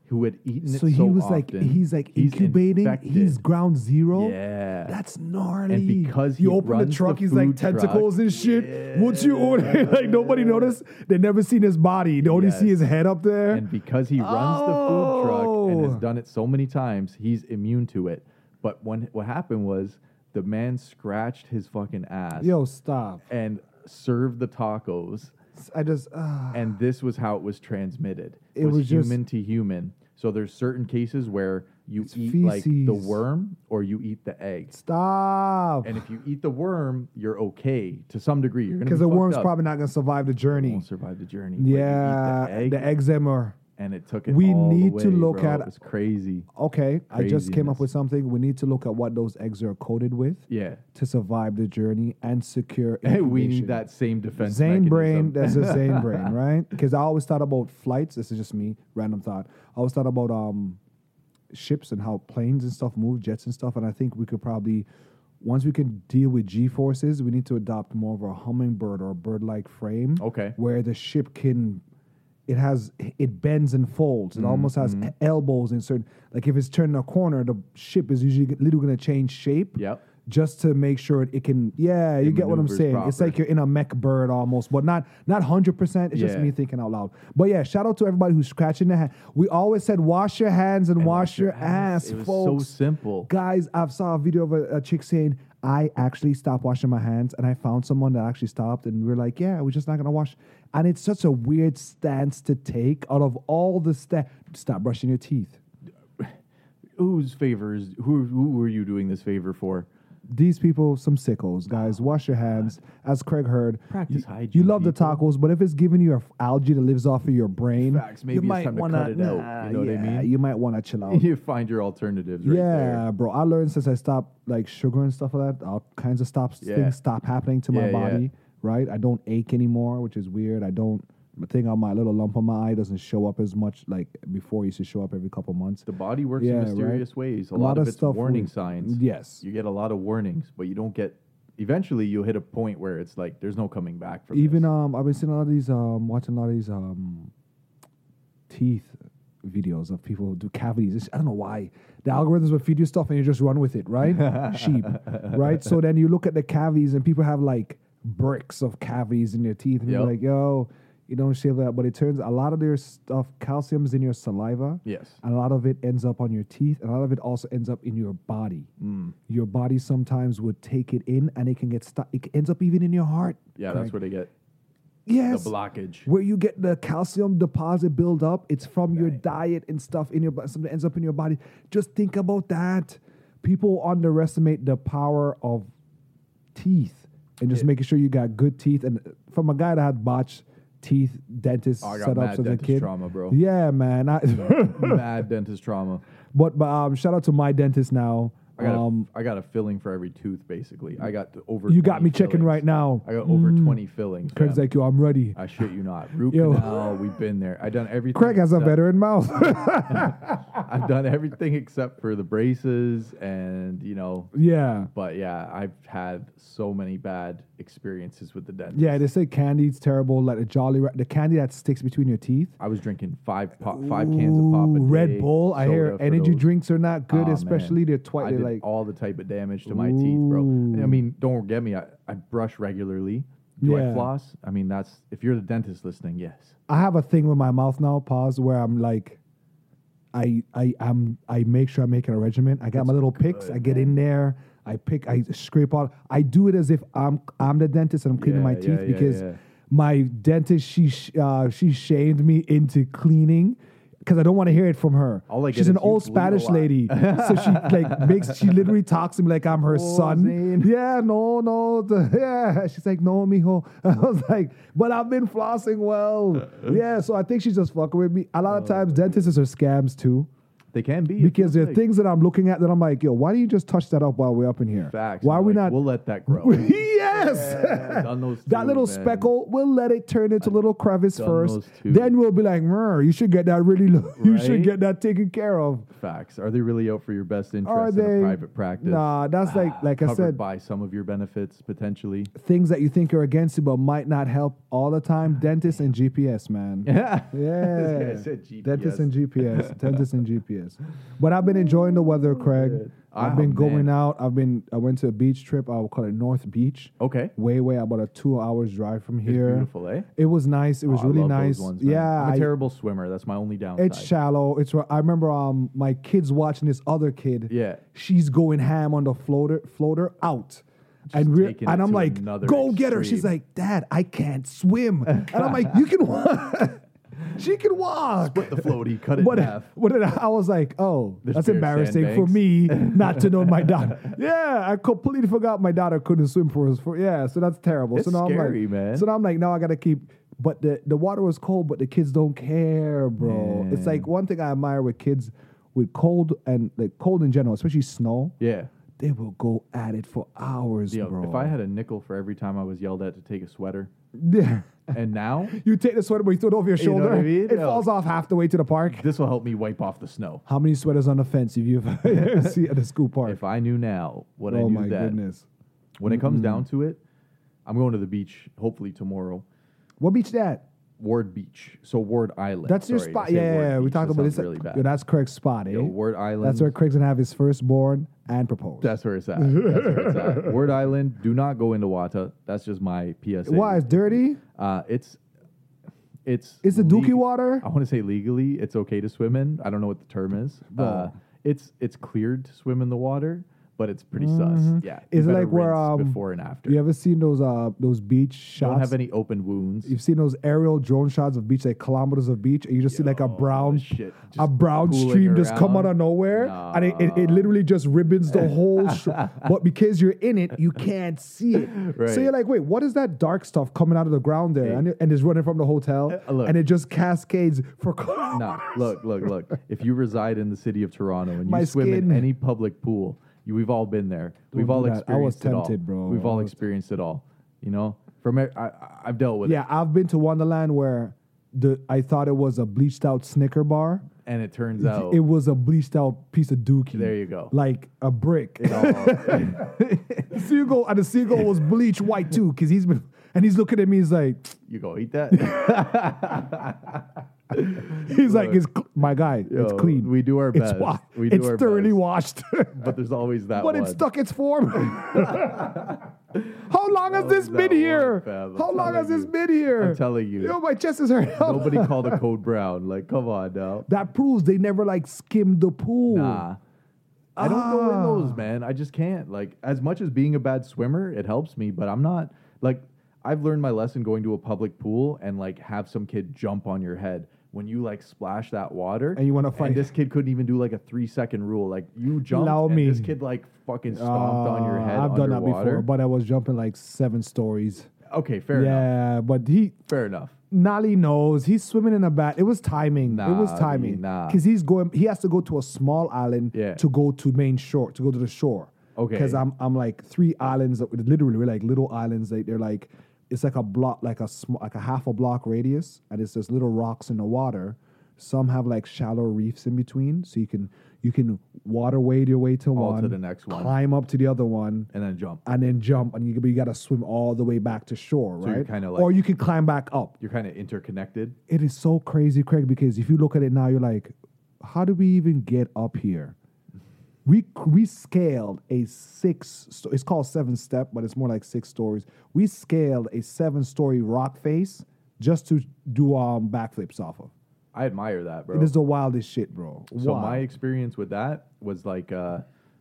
who had eaten it So he was like, often, he's like incubating. infected. He's ground zero. Yeah. That's gnarly. because you he open the runs the truck, he's food like truck. tentacles and shit. Once you order, like nobody noticed. They never seen his body. They only Yes. see his head up there. And because he runs the food truck and Oh. has done it so many times, he's immune to it. But when what happened was the man scratched his fucking ass Yo, stop! and served the tacos, I just uh, and this was how it was transmitted. It was just- human to human. So there's certain cases where you It's eat like the feces. worm or you eat the egg. stop. And if you eat the worm, you're okay to some degree. You're gonna Because be the fucked worm's up. probably not gonna survive the journey. won't survive the journey. but you eat Yeah, the egg, the eczema. and it took it. We all the need to way, look bro. at- It was crazy. Okay, I just came Craziness. up with something. We need to look at what those eggs are coated with Yeah. to survive the journey and secure. Hey, we incubation. need that same defense. Zane brain. mechanism. That's a Zane brain, right? Because I always thought about flights. This is just me, random thought. I always thought about um, ships and how planes and stuff move, jets and stuff. And I think we could probably, once we can deal with G forces, we need to adopt more of a hummingbird or a bird like frame. Okay. Where the ship can. It has it bends and folds. It almost has Mm-hmm. elbows in certain like if it's turning a corner, the ship is usually literally going to change shape. Yep. Just to make sure it, it can. Yeah, you get what I'm maneuvers saying. It's proper. like you're in a mech bird almost, but not not hundred percent. It's just Yeah. me thinking out loud. But yeah, shout out to everybody who's scratching their hand. We always said wash your hands and, wash, your ass, It was folks. so simple. Guys, I've saw a video of a, a chick saying I actually stopped washing my hands, and I found someone that actually stopped, and we are like, yeah, we're just not gonna wash. And it's such a weird stance to take out of all the steps. Stop brushing your teeth. Whose favors? Who who were you doing this favor for? These people, some sickos, guys. Wash your hands. As Craig heard, Practice you, hygiene, You love the people. tacos, but if it's giving you a f- algae that lives off of your brain, Facts. Maybe you it's might time to wanna, cut it out. nah, You know what I yeah, mean? You might want to chill out. You find your alternatives. Right Oh. yeah, There. bro. I learned since I stopped like sugar and stuff like that. All kinds of stops Yeah. things stop happening to my Yeah, yeah. body. Right? I don't ache anymore, which is weird. I don't. The thing on my little lump on my eye doesn't show up as much like before. It used to show up every couple months. The body works Yeah, in right. mysterious ways. A, lot, of, it's stuff warning we- signs. Yes. You get a lot of warnings, but you don't get. Eventually, you'll hit a point where it's like there's no coming back from. Even this. um, I've been seeing a lot of these um, watching a lot of these um, teeth videos of people who do cavities. It's, I don't know why the algorithms will feed you stuff and you just run with it, right? Sheep, right? So then you look at the cavities and people have like bricks of cavities in their teeth and you're Yep. like, yo, you don't shave that. But it turns a lot of their stuff, calcium's in your saliva. yes. And a lot of it ends up on your teeth. And a lot of it also ends up in your body. Mm. Your body sometimes would take it in and it can get stuck. It ends up even in your heart. Yeah, Craig. that's where they get Yes. the blockage. Where you get the calcium deposit build up, it's from your diet and stuff in your body. Something ends up in your body. Just think about that. People underestimate the power of teeth and just making sure you got good teeth. And from a guy that had botched teeth dentist Oh, I got setups mad as a dentist kid. trauma, bro. Yeah, man. I, Bad dentist trauma. but but um, shout out to my dentist now. I got, Um, a, I got a filling for every tooth, basically. I got the over. you got 20 me checking fillings. right now. Mm, I got over 20 fillings. Hmm. Craig's fam. like, yo, I'm ready. I shit you not. Root Yo. canal. We've been there. I've done everything. Craig has a except- veteran mouth. I've done everything except for the braces and you know. yeah. But yeah, I've had so many bad experiences with the dentist. Yeah, they say candy's terrible, like the Jolly Ra- the candy that sticks between your teeth. I was drinking five pop, five cans of pop a Ooh, Red day, Bull. I hear soda for energy those. drinks are not good, Ah, especially man. they're twice. I They're did like all the type of damage to my teeth, bro. I Ooh. mean, don't get me. I, I brush regularly. Do I Yeah. floss? I mean, that's if you're the dentist listening. Yes. I have a thing with my mouth now. Pause where I'm like, I I I'm I make sure I'm making a regimen. I got my little picks. I get in there. I pick. I scrape all. I do it as if I'm I'm the dentist and I'm cleaning Yeah, my yeah, teeth yeah, because yeah. my dentist she sh- uh, she shamed me into cleaning. Because I don't want to hear it from her. All I get She's an is, "You old bleed a Spanish lot." lady, so she like makes she literally talks to me like I'm her Oh, son. Zane. Yeah, no, no. the- yeah. She's like, no, mijo. I was like, but I've been Oh, flossing well. yeah, so I think she's just fucking with me. A lot of times, dentists are scams too. They can be if you because there are like. things that I'm looking at that I'm like, yo, why do you just touch that up while we're up in here? Facts. Why We're are we like, not? We'll let that grow. yes. Yeah, done those That two, little man. speckle, we'll let it turn into a little crevice done first. those two. Then we'll be like, "Mer, you should get that really. Low. You should Right? get that taken care of." Facts. Are they really out for your best Are interest in they a private practice? Nah, that's like like I covered said, by some of your benefits potentially. things that you think are against you but might not help all the time. Dentist and GPS, man. Yeah. Yeah. This guy said Dentist GPS. and GPS. Dentist and GPS. But I've been enjoying the weather, Craig. I've Oh, been going man. out. I've been. I went to a beach trip. I would call it North Beach. Okay. Way, way about a two hours drive from Oh. It's here. beautiful, eh? It was nice. It was Oh, I really love those nice. ones, man. yeah, I'm a I- terrible swimmer. That's my only downside. it's shallow. It's. I remember um my kids watching this other kid. Yeah. she's going ham on the floater floater out. and we're, taking it and I'm to like, go another get her. She's extreme. like, Dad, I can't swim. and I'm like, you can walk. she can walk. Split the floaty, cut it What, in half. what did I, I was like, oh, There's that's bare embarrassing for sandbanks. me not to know my daughter. yeah, I completely forgot my daughter couldn't swim for us. For yeah, so that's terrible. It's so now I'm scary, like, man. So now I'm like, now I gotta keep. But the the water was cold, but the kids don't care, bro. It's like one thing I admire with kids with cold and like cold in general, especially snow. Yeah. They will go at it for hours, Yo, bro. if I had a nickel for every time I was yelled at to take a sweater, Yeah. and now you take the sweater, but you throw it over your You know shoulder. what I mean? It No. falls off half the way to the park. this will help me wipe off the snow. How many sweaters on the fence have you ever see at the school park? If I knew now what I oh knew my then, goodness! when it comes down Mm-hmm. to it, I'm going to the beach hopefully tomorrow. What beach that? Ward Beach, so Ward Island. That's your Sorry, I spot. said Yeah, yeah, Ward yeah. We Beach. talked That about sounds this. Really bad. Yo, that's Craig's spot, eh? Yo, Word Island. that's where Craig's gonna have his firstborn and propose. That's where it's at. That's where it's at. Word Island. Do not go into Wata. That's just my PSA. why it's dirty. Uh, it's it's It's the Dookie leg- water. I want to say legally, it's okay to swim in. I don't know what the term is. Uh, it's it's cleared to swim in the water, but it's pretty sus. Yeah, you Mm-hmm. Is it better like where, rinse um, before and after. You ever seen those uh those beach shots? don't have any open wounds. You've seen those aerial drone shots of beach, like kilometers of beach, and you just see like a Yo, brown, shit a just brown pooling stream just come out around. of nowhere, and it, it, it literally just ribbons the whole. Sh- but because you're in it, you can't see it. Right. So you're like, wait, what is that dark stuff coming out of the ground there? And, it- and it's running from the hotel, Uh, look. and it just cascades for kilometers. Nah, look, look, look. If you reside in the city of Toronto and My you swim skin. in any public pool, you, we've all been there. we've do all that. I was experienced it all. tempted, bro. We've I all was- experienced it all. You know, from e- I, I- I've dealt with Yeah, I've been to Wonderland where the I thought it was a bleached out Snicker bar. it, and it turns out It was a bleached out piece of dookie. Oh. There you go. Like a brick. Oh, The seagull and the seagull was bleach white too, because he's been and he's looking at me. He's like, you go eat that. he's like, it's cl- my guy. it's Yo, clean. we do our It's best. wa- We do it's our thoroughly best. washed, but there's always that but one. it stuck its form. How long has this that been one, here? fam. I'm How long telling has this you. been here? I'm telling you. Yo, my chest is hurting. Nobody called a code brown. Like, come on now. that proves they never like skimmed the pool. Nah. I don't go in Ah. those, man. I just can't. Like, as much as being a bad swimmer, it helps me, but I'm not like I've learned my lesson going to a public pool and like have some kid jump on your head when you like splash that water And you wanna fight. And this kid couldn't even do like a three second rule. Like you jump, Allow and this me. kid like fucking stomped on your Uh, head. I've done that before, underwater. but I was jumping like seven stories. okay, fair enough. yeah, but he Fair enough. Nolly knows he's swimming in a bat. It was timing. it was Nah, timing. nah. Because he's going. He has to go to a small island Yeah. to go to main shore to go to the shore. Okay. Because I'm I'm like three islands. that- Literally, we're like little islands. Like they're like it's like a block, like a sm- like a half a block radius, and it's just little rocks in the water. Some have like shallow reefs in between, so you can you can water wade your way to All one, to the next one. climb up to the other one, And then jump. and then jump, and you, but you got to swim all the way back to shore, you're right? kinda or like- you can climb back up You're kind of interconnected. it is so crazy, Craig, because if you look at it now, you're like, how do we even get up here? We we scaled a six. sto- It's called seven step, but it's more like six stories. We scaled a seven story rock face just to do um backflips off of. I admire that, bro. It is the wildest shit, bro. So Wild. my experience with that was like uh,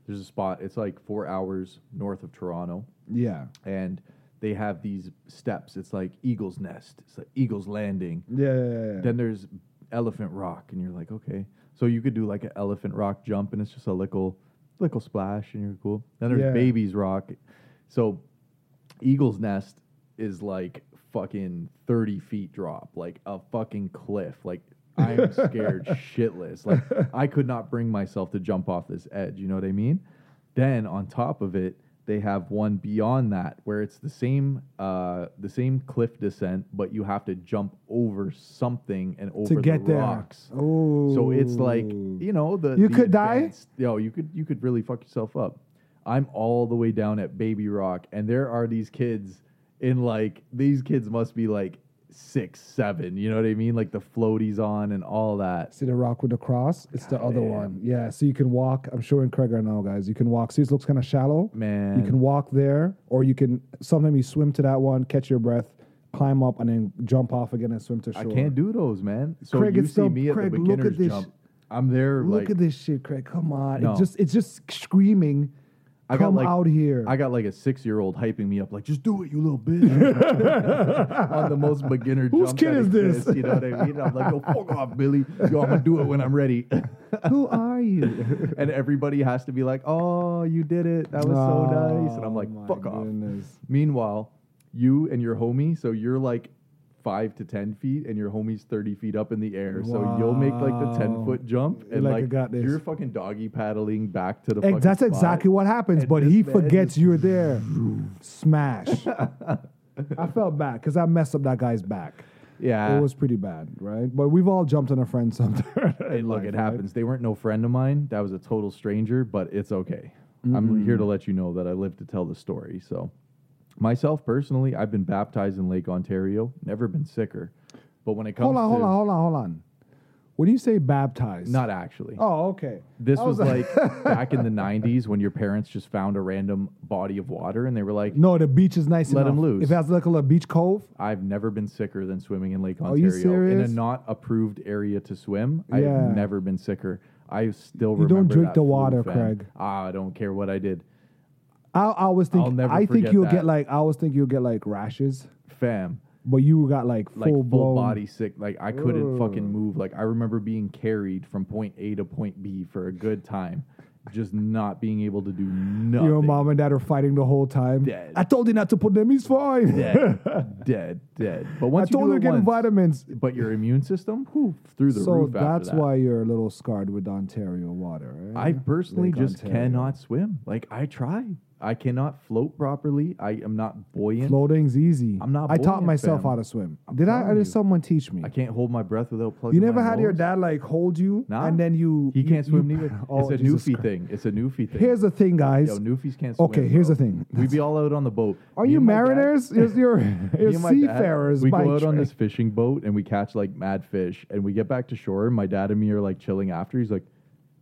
there's a spot. It's like four hours north of Toronto, yeah, and they have these steps. It's like Eagle's Nest. It's like Eagle's Landing. yeah, yeah, yeah, yeah. Then there's Elephant Rock, and you're like, okay. So you could do like an Elephant Rock jump, and it's just a little, little splash, and you're cool. Then there's Yeah. Baby's Rock. So Eagle's Nest is like fucking 30 feet drop, like a fucking cliff. Like I am scared shitless. Like I could not bring myself to jump off this edge. You know what I mean? Then on top of it, they have one beyond that where it's the same uh, the same cliff descent, but you have to jump over something and over get the there. rocks. so it's like Ooh. you know the You the could die? advanced- Yo, you could you could really fuck yourself up. I'm all the way down at Baby Rock, and there are these kids in like these kids must be like six, seven. You know what I mean? Like the floaties on and all that. See the rock with the cross? It's the other one. Yeah. So you can walk. I'm sure in Craig are now, guys. You can walk. See, it looks kind of shallow. Man, You can walk there, or you can sometimes you swim to that one, catch your breath, climb up, and then jump off again and swim to I shore. can't do those, man. So Craig, you it's see so- me at Craig, the look beginner's at this. jump. I'm there. Look like, at this shit, Craig. Come on. No. It's just it's just screaming. I got, Come like- out here. I got like a six year old hyping me up, like, just do it, you little bitch. On the most beginner Whose jump. kid that is this? exists, You know what I mean? I'm like, yo, fuck off, Billy. Yo, I'm going to do it when I'm ready. Who are you? and everybody has to be like, oh, you did it. That was so nice. And I'm like, Oh, my fuck off. goodness. Meanwhile, you and your homie, so you're like five to ten feet, and your homie's thirty feet up in the air. So you'll make like the ten Wow. foot jump, You're and like, I like, got this. you're fucking doggy paddling back to the. Ex- fucking that's spot. exactly what happens, And but this he man forgets just- you're there. Smash. I felt bad because I messed up that guy's back. Yeah. It was pretty bad, right? But we've all jumped on a friend sometime. Hey, look, life, it right? happens. They weren't no friend of mine. That was a total stranger, but it's okay. Mm-hmm. I'm here to let you know that I live to tell the story. So, myself personally, I've been baptized in Lake Ontario. Never been sicker. But when it comes Hold on, to hold on, hold on, hold on. When you say baptized, not actually. oh, okay. This I was like back in the 90s when your parents just found a random body of water and they were like, no, the beach is nice. Let enough. him loose. If it has like a little beach cove, I've never been sicker than swimming in Lake you Ontario in a serious? not approved area to swim. Yeah. I've never been sicker. I still You don't remember drink that the flu water, fan. Craig. Ah, I don't care what I did. I, I always think I'll never I think forget you'll that. get like I always think you'll get like rashes, Fam, but you got like full like full, blown body sick. Like I couldn't fucking move. Like I remember being carried from point A to point B for a good time, just not being able to do nothing. Your mom and dad are fighting the whole time. Dead. I told you not to put them. He's fine. dead, dead, dead. But I once you told do her it to get once, vitamins. but your immune system whew, through the So roof. after that's that. why you're a little scarred with Ontario water. I Right? personally Lake just Ontario. cannot swim. Like I try, I cannot float properly. I am not buoyant. Floating's easy. I'm not I taught buoyant, myself fam. how to swim. did I? telling Or you. did someone teach me? I can't hold my breath without plugging. You never my had your nose. dad like hold you, Nah. and then you. He you- can't swim you- neither. Oh, it's a Jesus Newfie Christ. thing. It's a Newfie thing. Here's the thing, guys. Yo, Newfies can't swim. Okay, here's bro. the thing. We'd be all out on the boat. Are Me you and my dad- mariners? You're, you're, you're me and my dad, seafarers. We by go out on trade. this fishing boat and we catch like mad fish, and we get back to shore. And my dad and me are like chilling after. He's like,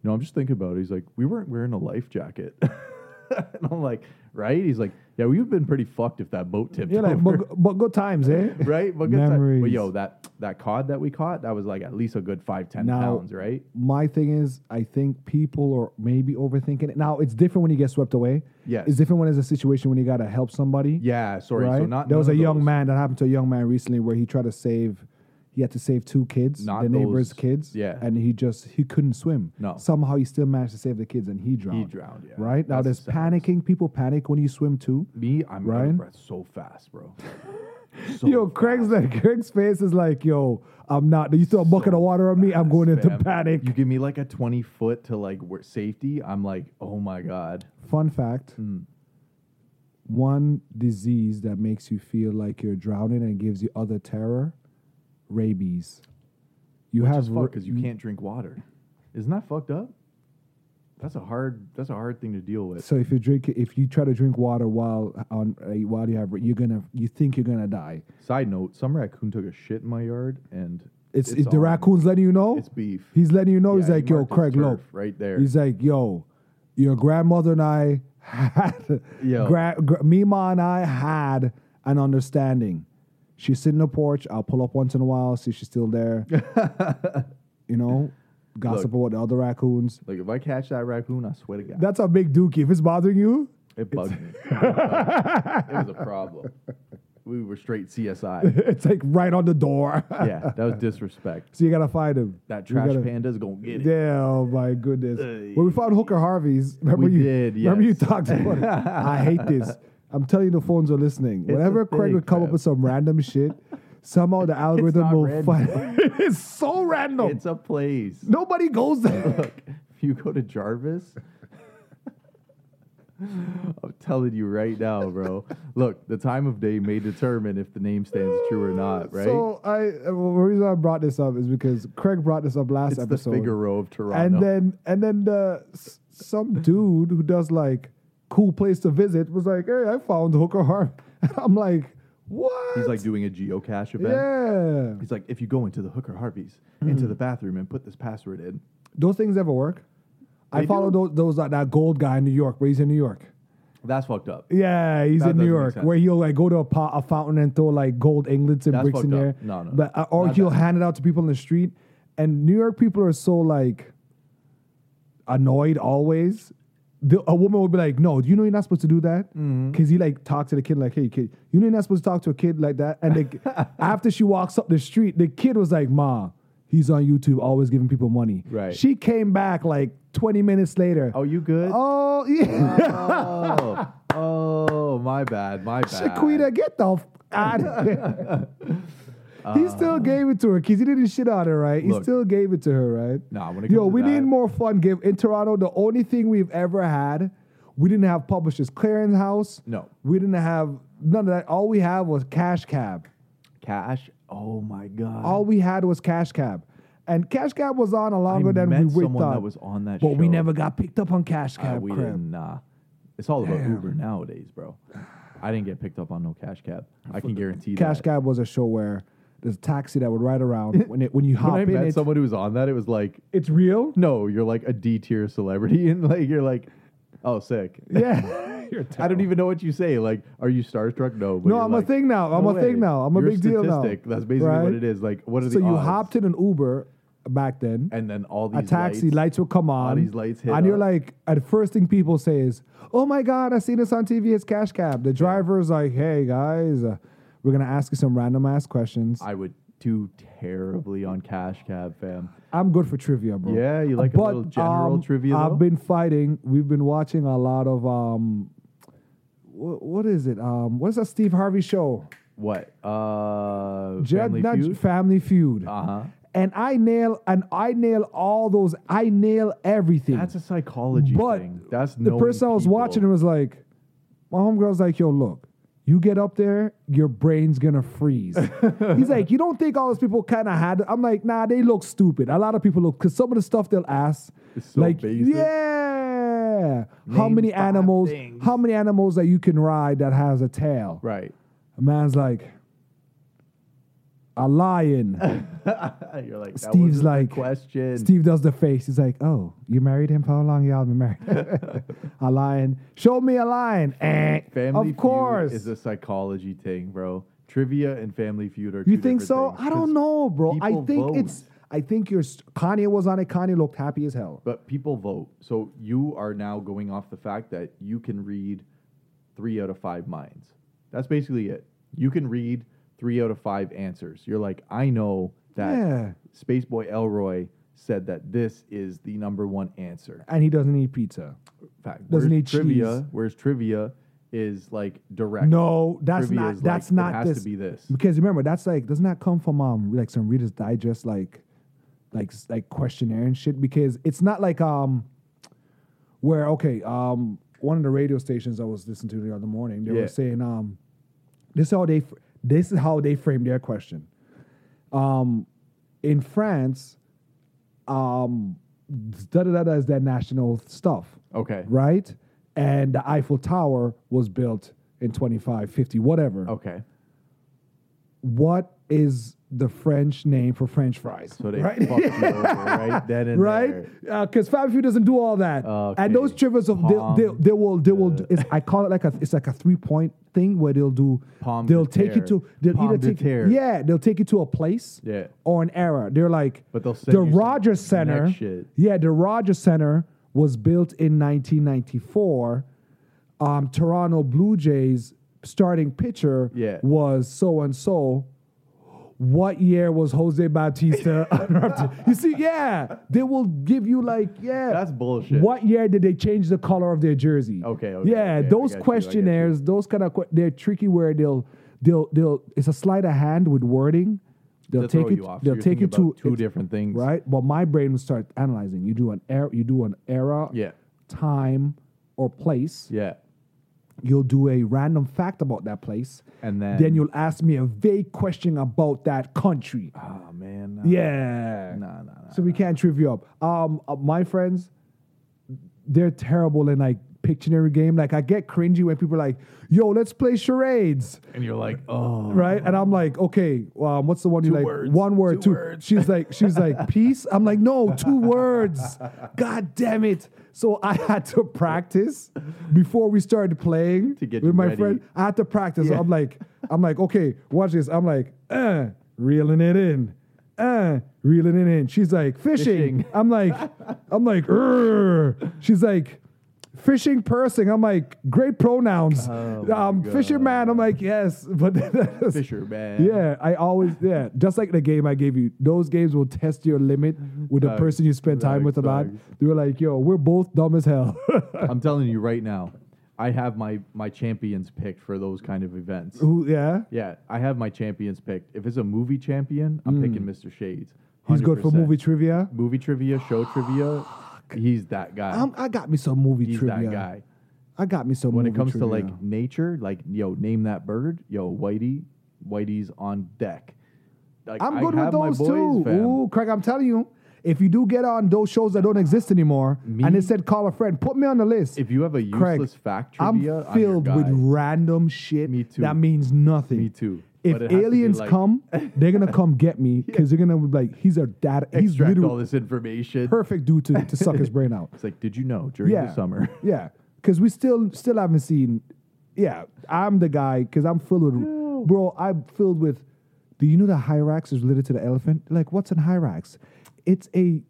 "You know, I'm just thinking about it." He's like, "We weren't wearing a life jacket," and I'm like, "Right?" He's like, "Yeah, we've been pretty fucked if that boat tipped You're like, over." but, but good times, eh? right? But good time. But Memories. yo, that that cod that we caught, that was like at least a good five ten Now- pounds, right? my thing is, I think people are maybe overthinking it. Now it's different when you get swept away. Yes. it's different when there's a situation when you gotta help somebody. Yeah, sorry. right. So not there was none a of young those. man that happened to a young man recently where he tried to save. He had to save two kids, Not the neighbor's those- kids. yeah. and he just he couldn't swim. No. somehow he still managed to save the kids, and he drowned. drowned, yeah. Right now, That's there's the saddest. panicking. People panic when you swim too. Me, I'm out Ryan? of breath so fast, bro. So Yo, Craig's like Craig's face is like, yo, I'm not. You throw a bucket of water on me, I'm going into fam. panic. You give me like a 20 foot to like where safety. I'm like, oh my God. Fun fact Hmm. one disease that makes you feel like you're drowning and gives you other terror rabies. You have That's fucked ra- because you can't drink water. Isn't that fucked up? That's a hard. That's a hard thing to deal with. So if you drink, if you try to drink water while on uh, while you have, ra- you're gonna, you think you're gonna die. Side note: Some raccoon took a shit in my yard, and It's, it's the on. raccoon's letting you know. It's beef. He's letting you know. he's Yeah, he like, yo, marked his Craig, turf look, right there. He's like, yo, your grandmother and I had, Yo. gra- gr- Mima and I had an understanding. She's sitting on the porch. I'll pull up once in a while, see if she's still there. you know, gossip about the other raccoons. Like if I catch that raccoon, I swear to God, That's a big dookie. If it's bothering you, it bugged me. It bugged me. It was a problem. We were straight CSI. it's like right on the door. Yeah, that was disrespect. so you gotta find him. That You trash gotta- panda's gonna get it. Uh, Yeah, oh my goodness. When we found Hooker Harvey's, remember We you did, remember you yes. talked about it. I hate this. I'm telling you, the phones are listening. Whenever a Craig thing, would come up fam. with some random shit, Somehow the algorithm not will random. find. it's so random. It's a place. Nobody goes there. Look, if you go to Jarvis, I'm telling you right now, bro. Look, the time of day may determine if the name stands true or not, right? So I uh, well, the reason I brought this up is because Craig brought this up last it's episode. the Figaro of Toronto. and then and then the s- some dude who does like cool place to visit was like, "Hey, I found Hooker Harm." I'm like, "What?" He's like doing a geocache event. "Yeah, Hmm. He's like, if you go into the Hooker Harvey's, into the bathroom and put this password in, those things ever work." I They follow do. those those that, that gold guy in New York, but he's in New York. that's fucked up. Yeah, he's That doesn't in New make York, sense. where he'll like go to a pot, a fountain and throw like gold ingots and That's bricks fucked in there. up. No, no, no. but uh, or Not he'll that. hand it out to people in the street. And New York people are so like annoyed always. The, a woman would be like, "No, do you know you're not supposed to do that?" Because Mm-hmm. he like talks to the kid like, "Hey, kid, you know you're not supposed to talk to a kid like that." And the, after she walks up the street, the kid was like, "Ma, he's on YouTube, always giving people money." Right. She came back like 20 minutes later. Oh, you good? oh yeah. Oh, oh, my bad, my bad. Shaquita, get the f- out of here. he still gave it to her because he didn't shit on her, right? He Uh. Look. still gave it to her, right? Nah, when it Yo, comes to we need that- more fun give in Toronto. The only thing we've ever had, we didn't have publishers clearinghouse. No. we didn't have none of that. All we had was cash cab. Cash. Oh my god. All we had was cash cab, and cash cab was on a longer I than met we we someone thought. that was on that but we show. never got picked up on cash Uh, cab. we crap. didn't. Nah, it's all about Uber nowadays, bro. I didn't get picked up on no cash cab. I can guarantee Cash that. cab was a show where there's a taxi that would ride around when it when you hop When I in. met it's, someone who was on that, it was like, it's real. no, you're like a D tier celebrity, and like you're like, oh, sick. Yeah. You're I don't even know what you say. Like, are you starstruck? No. But No, you're I'm a like, thing now. I'm "No a thing way. now. I'm a You're big deal now." statistic. That's basically Right? what it is. Like, what are so the you odds? hopped in an Uber back then, and then all a these taxi, lights, lights. will come on. these lights hit and you're up. like, and the first thing people say is, oh my God, I seen this on TV. It's Cash Cab. The driver's like, hey guys, uh, we're going to ask you some random ass questions. I would do terribly on cash cab, fam. I'm good for trivia, bro. Yeah, you like a but, little general um, trivia, I've though? been fighting. We've been watching a lot of um, wh- what is it? Um, what is that Steve Harvey show? What? Uh, Ju- family not Ju- feud. Family Feud. Uh-huh. And I nail and I nail all those. I nail everything. That's a psychology but thing. That's the knowing person I was people. watching was like, my homegirl's like, yo, look, you get up there, your brain's gonna freeze. He's like, you don't think all those people kind of had? I'm like, nah, they look stupid. A lot of people look because some of the stuff they'll ask, It's so like, basic. yeah, how Name many five animals? things. How many animals that you can ride that has a tail? Right. A man's like, a lion. You're like. That Steve's wasn't the like, question. Steve does the face. He's like, "Oh, you married him? How long y'all been married?" a lion. Show me a lion. Eh. Family of course. Feud is a psychology thing, bro. Trivia and Family Feud are. you two think different so? things, I don't 'cause- know, bro. I people think vote. it's. I think your st- Kanye was on it. Kanye looked happy as hell. But people vote, so you are now going off the fact that you can read three out of five minds. That's basically it. You can read three out of five answers. You're like, I know that Yeah. Spaceboy Elroy said that this is the number one answer. And he doesn't eat pizza. fact. whereas Doesn't need trivia, cheese. whereas trivia is like direct. No, that's Trivia not. is That's like, not. It has this. to be this. Because remember, that's like does not come from um like some Reader's Digest like, like like questionnaire and shit. Because it's not like um, where okay um one of the radio stations I was listening to the other morning they Yeah. were saying um, this is how they fr- this is how they frame their question. Um, in France, um, da da da da is their national stuff Okay. right? And the Eiffel Tower was built in 25, 50, whatever. Okay. What is the French name for French fries? So they right? fucked you over right then and right? there. Because Fab Few doesn't do all that. Okay. And those trivias, of they, they, they will, they will. It's, I call it like a, it's like a three point thing where they'll do. Pomme they'll de take you terre. to. They'll Pomme either de take, terre. Yeah, they'll take you to a place. Yeah. Or an era. They're like. But they'll send the you some Rogers Center. neck shit. Yeah, the Rogers Center was built in 1994. Um, Toronto Blue Jays starting pitcher Yeah. was so and so. What year was Jose Bautista? undrafted? you see, yeah, they will give you like, yeah, That's bullshit. What year did they change the color of their jersey? Okay, okay, yeah, okay, I those got you, I got you. questionnaires, those kind of que- they're tricky where they'll they'll they'll it's a sleight of hand with wording. They'll To take throw you. you off. So They'll you're take you thinking to about two it's- different things. right? But my brain will start analyzing. You do an era. You do an era. Yeah. Time or place. Yeah. You'll do a random fact about that place, And then- then you'll ask me a vague question about that country. Oh man. nah. Yeah. Nah, nah, nah, So we can't trip you up. Um, uh, my friends, they're terrible in like Pictionary game. Like I get cringy when people are like, "Yo, let's play charades," And you're like, oh. right? And I'm like, "Okay, um, what's the one you Two like? words, One word, two two." words. She's like, she's like, "Peace." I'm like, "No, two words." God damn it! So I had to practice before we started playing To get with you my ready. friend. I had to practice. Yeah. I'm like, I'm like, okay, watch this. I'm like, uh, reeling it in. Uh, reeling it in. She's like, fishing. Fishing. I'm like, I'm like, "Urgh." she's like, fishing person. I'm like, great pronouns. Oh um, fisherman. I'm like, yes. But then- Fisher, man. Yeah, I always, yeah. Just like the game I gave you, those games will test your limit with the Facts, person you spend time facts, with a lot. facts. They were like, yo, we're both dumb as hell. I'm telling you right now, I have my my champions picked for those kind of events. Who, yeah? Yeah, I have my champions picked. If it's a movie champion, I'm picking Mr. Shades. Hmm. He's good for 100%. movie trivia. movie trivia, show trivia. He's that guy. I'm, I got me some movie He's trivia. that guy. I got me some. When it movie comes to trivia. like nature, like yo, name that bird, yo, Whitey, Whitey's on deck. Like, I'm I good with have my those boys, too. fam. Ooh, Craig, I'm telling you, if you do get on those shows that don't exist anymore, and it said call a friend, put me on the list. If you have a Craig, useless fact I'm trivia, I'm filled your with guy. random shit Me too. that means nothing. Me too. If But it has to be aliens like- come, they're gonna come get me because they're gonna be like, he's a data. He's extract literally all this information. perfect dude to, to suck his brain out. It's like, did you know during Yeah. the summer? Yeah, because we still still haven't seen. Yeah, I'm the guy because I'm filled with, bro. I'm filled with. Do you know that hyrax is related to the elephant? Like, what's an hyrax? It's a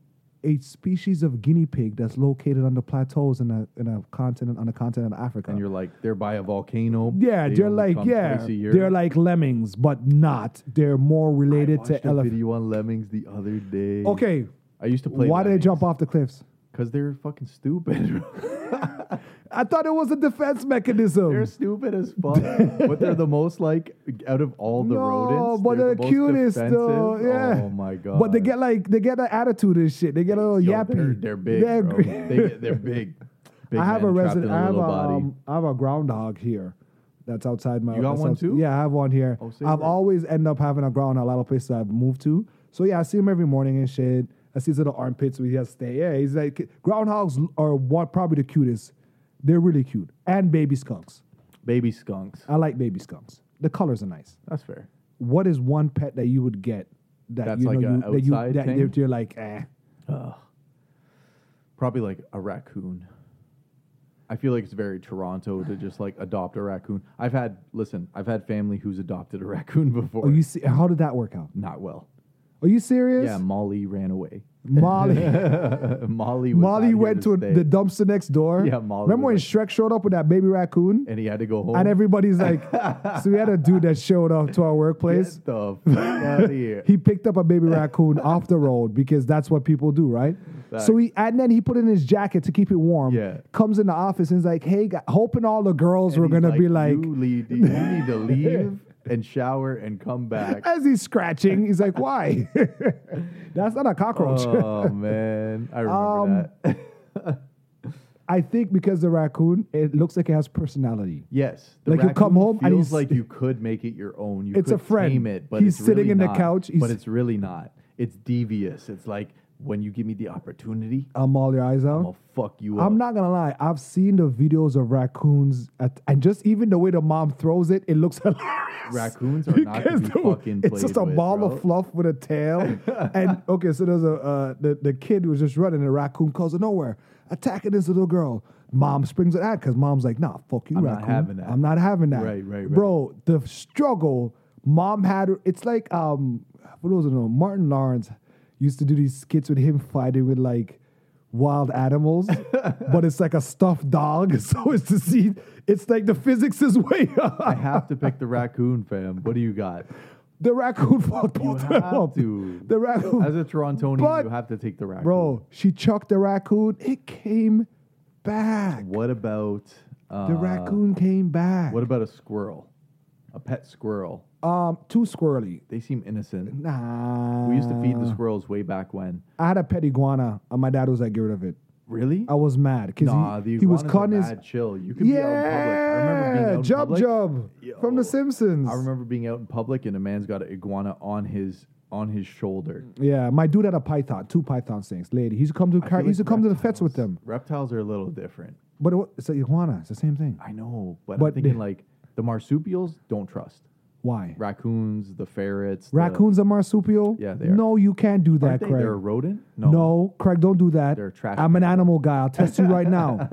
a species of guinea pig that's located on the plateaus in a in a continent on the continent of Africa. And you're like, they're by a volcano. yeah, They they are only like come yeah, twice a year. they're like lemmings, but not. They're more I related watched to a elephants. video on lemmings the other day. Okay, I used to play. why do they jump off the cliffs? Because they're fucking stupid. I thought it was a defense mechanism. they're stupid as fuck. but they're the most like out of all the no, rodents. but they're they're, the most cutest defensive. though. Yeah. Oh my god. But they get like they get an attitude and shit. They get a little Yo, yappy. They're, they're big. They're bro. gr- they get, they're big. Big I have a man trapped resident. in a I have a, little body. um, I have a groundhog here. That's outside my. You got that's one outs- too? Yeah, I have one here. Oh, sick, I've bro. always end up having a groundhog a lot of places I've moved to. So yeah, I see him every morning and shit. I see his little armpits where he has stay. Yeah, he's like groundhogs are what probably the cutest. They're really cute and baby skunks. Baby skunks. I like baby skunks. The colors are nice. That's fair. what is one pet that you would get that That's you like know a you, that you outside that thing? you're- you're like eh. Probably like a raccoon. I feel like it's very Toronto to just like adopt a raccoon. I've had listen, I've had family who's adopted a raccoon before. Oh, you see, how did that work out? Not well. Are you serious? Yeah, Molly ran away. Molly. Molly was out Molly here went to stay, the dumpster next door. Yeah, Molly Remember when was Oh. Shrek showed up with that baby raccoon? and he had to go home. And everybody's like, so we had a dude that showed up to our workplace. Get the fuck out of here. He picked up a baby raccoon off the road because that's what people do, right? So he and then he put it in his jacket to keep it warm. Yeah. Comes in the office and is like, "Hey, guy, hoping all the girls And were he's gonna be like, you, lead, you need to leave and shower and come back. as he's scratching, he's like, "Why? That's not a cockroach." Oh man, I remember Um, that. I think because the raccoon, it looks like it has personality. Yes, like you raccoon come home and feels he's- like you could make it your own. You It's a could friend. tame it, but He's it's sitting really in the not. couch, he's- but it's really not. It's devious. It's like when you give me the opportunity, I'm all your eyes I'm out. gonna fuck you up. I'm not gonna lie. I've seen the videos of raccoons, at, and just even the way the mom throws it, it looks hilarious. Raccoons are not gonna Because be the- fucking It's just played a with, ball bro. of fluff with a tail. and okay, so there's a uh, the the kid was just running, and a raccoon comes out of nowhere, attacking this little girl. Mom springs it at because mom's like, "Nah, fuck you, I'm not raccoon. having that." I'm not having that." Right, right, right. bro. Oh, The struggle mom had. It's like um, what was it? no, Martin Lawrence used to do these skits with him fighting with like wild animals, but it's like a stuffed dog. So it's to see. It's like the physics is way I up. have to pick the raccoon, fam. What do you got? The raccoon fucked both of them have up. to. The raccoon. As a Torontonian, But- you have to take the raccoon. Bro, she chucked the raccoon. It came back. what about uh, The raccoon came back. What about a squirrel? a pet squirrel. Um, too squirrely. They seem innocent. Nah. We used to feed the squirrels way back when. I had a pet iguana, and my dad was like, "Get rid of it." Really? I was mad because nah, the he, he was iguanas are cutting his mad chill. You could be out in public. I remember being out yeah, in Jub public. Jub from Yo. The Simpsons. I remember being out in public and a man's got an iguana on his on his shoulder. Yeah, my dude had a python, two python things. Lady, he used to come to I car- feel he used to like come to the fets with them. Reptiles are a little different. But it, wa- it's an iguana. It's the same thing. I know, but, But I'm they- thinking like the marsupials don't trust Why? raccoons, the ferrets, the- Raccoons are marsupial. Yeah, they are. No, you can't do that, aren't they? Craig. They're a rodent. no. Craig, don't do that. They're a trash I'm an can. animal guy. I'll test you right now.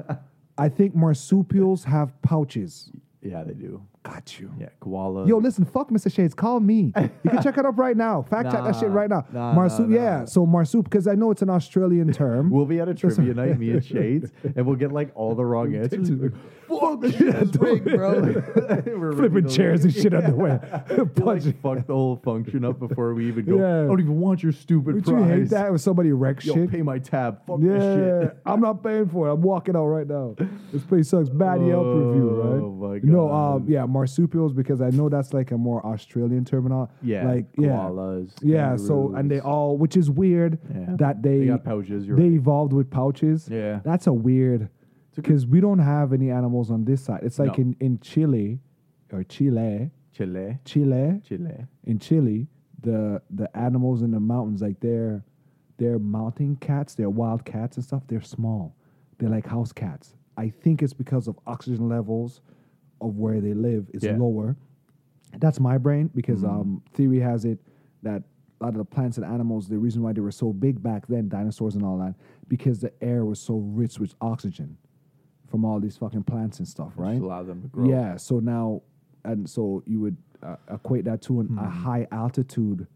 I think marsupials have pouches. Yeah, they do. Got you. Yeah, koala. Yo, listen, fuck Mr. Shades. Call me. You can check it up right now. Fact check that shit Nah, right now. nah, Marsup, nah, yeah. nah. So marsup, because I know it's an Australian term. We'll be at a trivia night, me and Shades, and we'll get like all the wrong answers. Like, Fuck, that's big, bro. We're Flipping ridiculous. chairs and shit Yeah. out the way. You're, like, Punching. fuck the whole function up before we even go. Yeah. I don't even want your stupid Would you prize. hate that if somebody wrecks Yo, shit? pay my tab. Fuck yeah, this shit. I'm not paying for it. I'm walking out right now. This place sucks. Bad Yelp review, right? Oh, my No, God. um, yeah, marsupials because I know that's like a more Australian terminal. Yeah, like koalas. yeah, yeah. So and they kangaroos. all, which is weird Yeah. that they They got pouches, you're they right. evolved with pouches. Yeah. that's a weird because we don't have any animals on this side. It's like No. in in Chile or Chile, Chile, Chile, Chile. in Chile, the the animals in the mountains, like they're they're mountain cats, they're wild cats and stuff. They're small. They're like house cats. I think it's because of oxygen levels of where they live is Yeah. lower. That's my brain because um, theory has it that a lot of the plants and animals, the reason why they were so big back then, dinosaurs and all that, because the air was so rich with oxygen from all these fucking plants and stuff, right? Just allow them to grow. Yeah. So now, and so you would uh, equate that to an, Hmm. a high altitude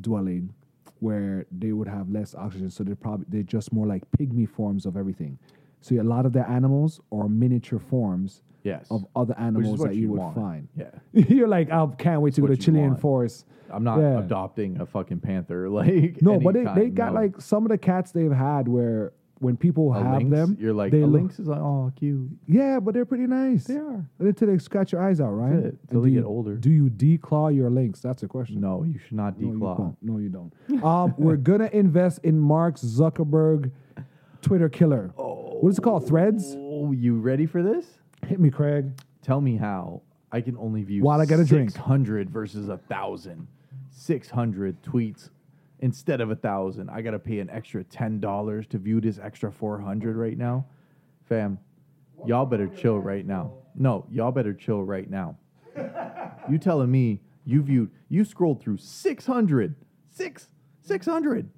dwelling where they would have less oxygen. So they're probably they're just more like pygmy forms of everything. So a lot of the animals are miniature forms Yes. of other animals what that you you would want. find. Yeah. You're like, I can't wait to go what to you Chilean want. forest. I'm not Yeah. adopting a fucking panther. Like No, any but they, they kind, got no. like some of the cats they've had where when people A have lynx, them, You're like they a look- lynx is like oh cute. Yeah, but they're pretty nice. They are. Until they scratch your eyes out, right? it. And Till do they get you- older. Do you declaw your links? That's a question. No, you should not you declaw. don't. No, you don't. um, we're gonna invest in Mark Zuckerberg, Twitter killer. What is it called? Threads? oh, you ready for this? Hit me, Craig. Tell me how I can only view While I get a drink. 600 versus a thousand. 600 tweets instead of a thousand. I gotta pay an extra ten dollars to view this extra 400 right now, fam. Y'all better chill right now. No, y'all better chill right now. You telling me you viewed, you scrolled through 600, six, 600.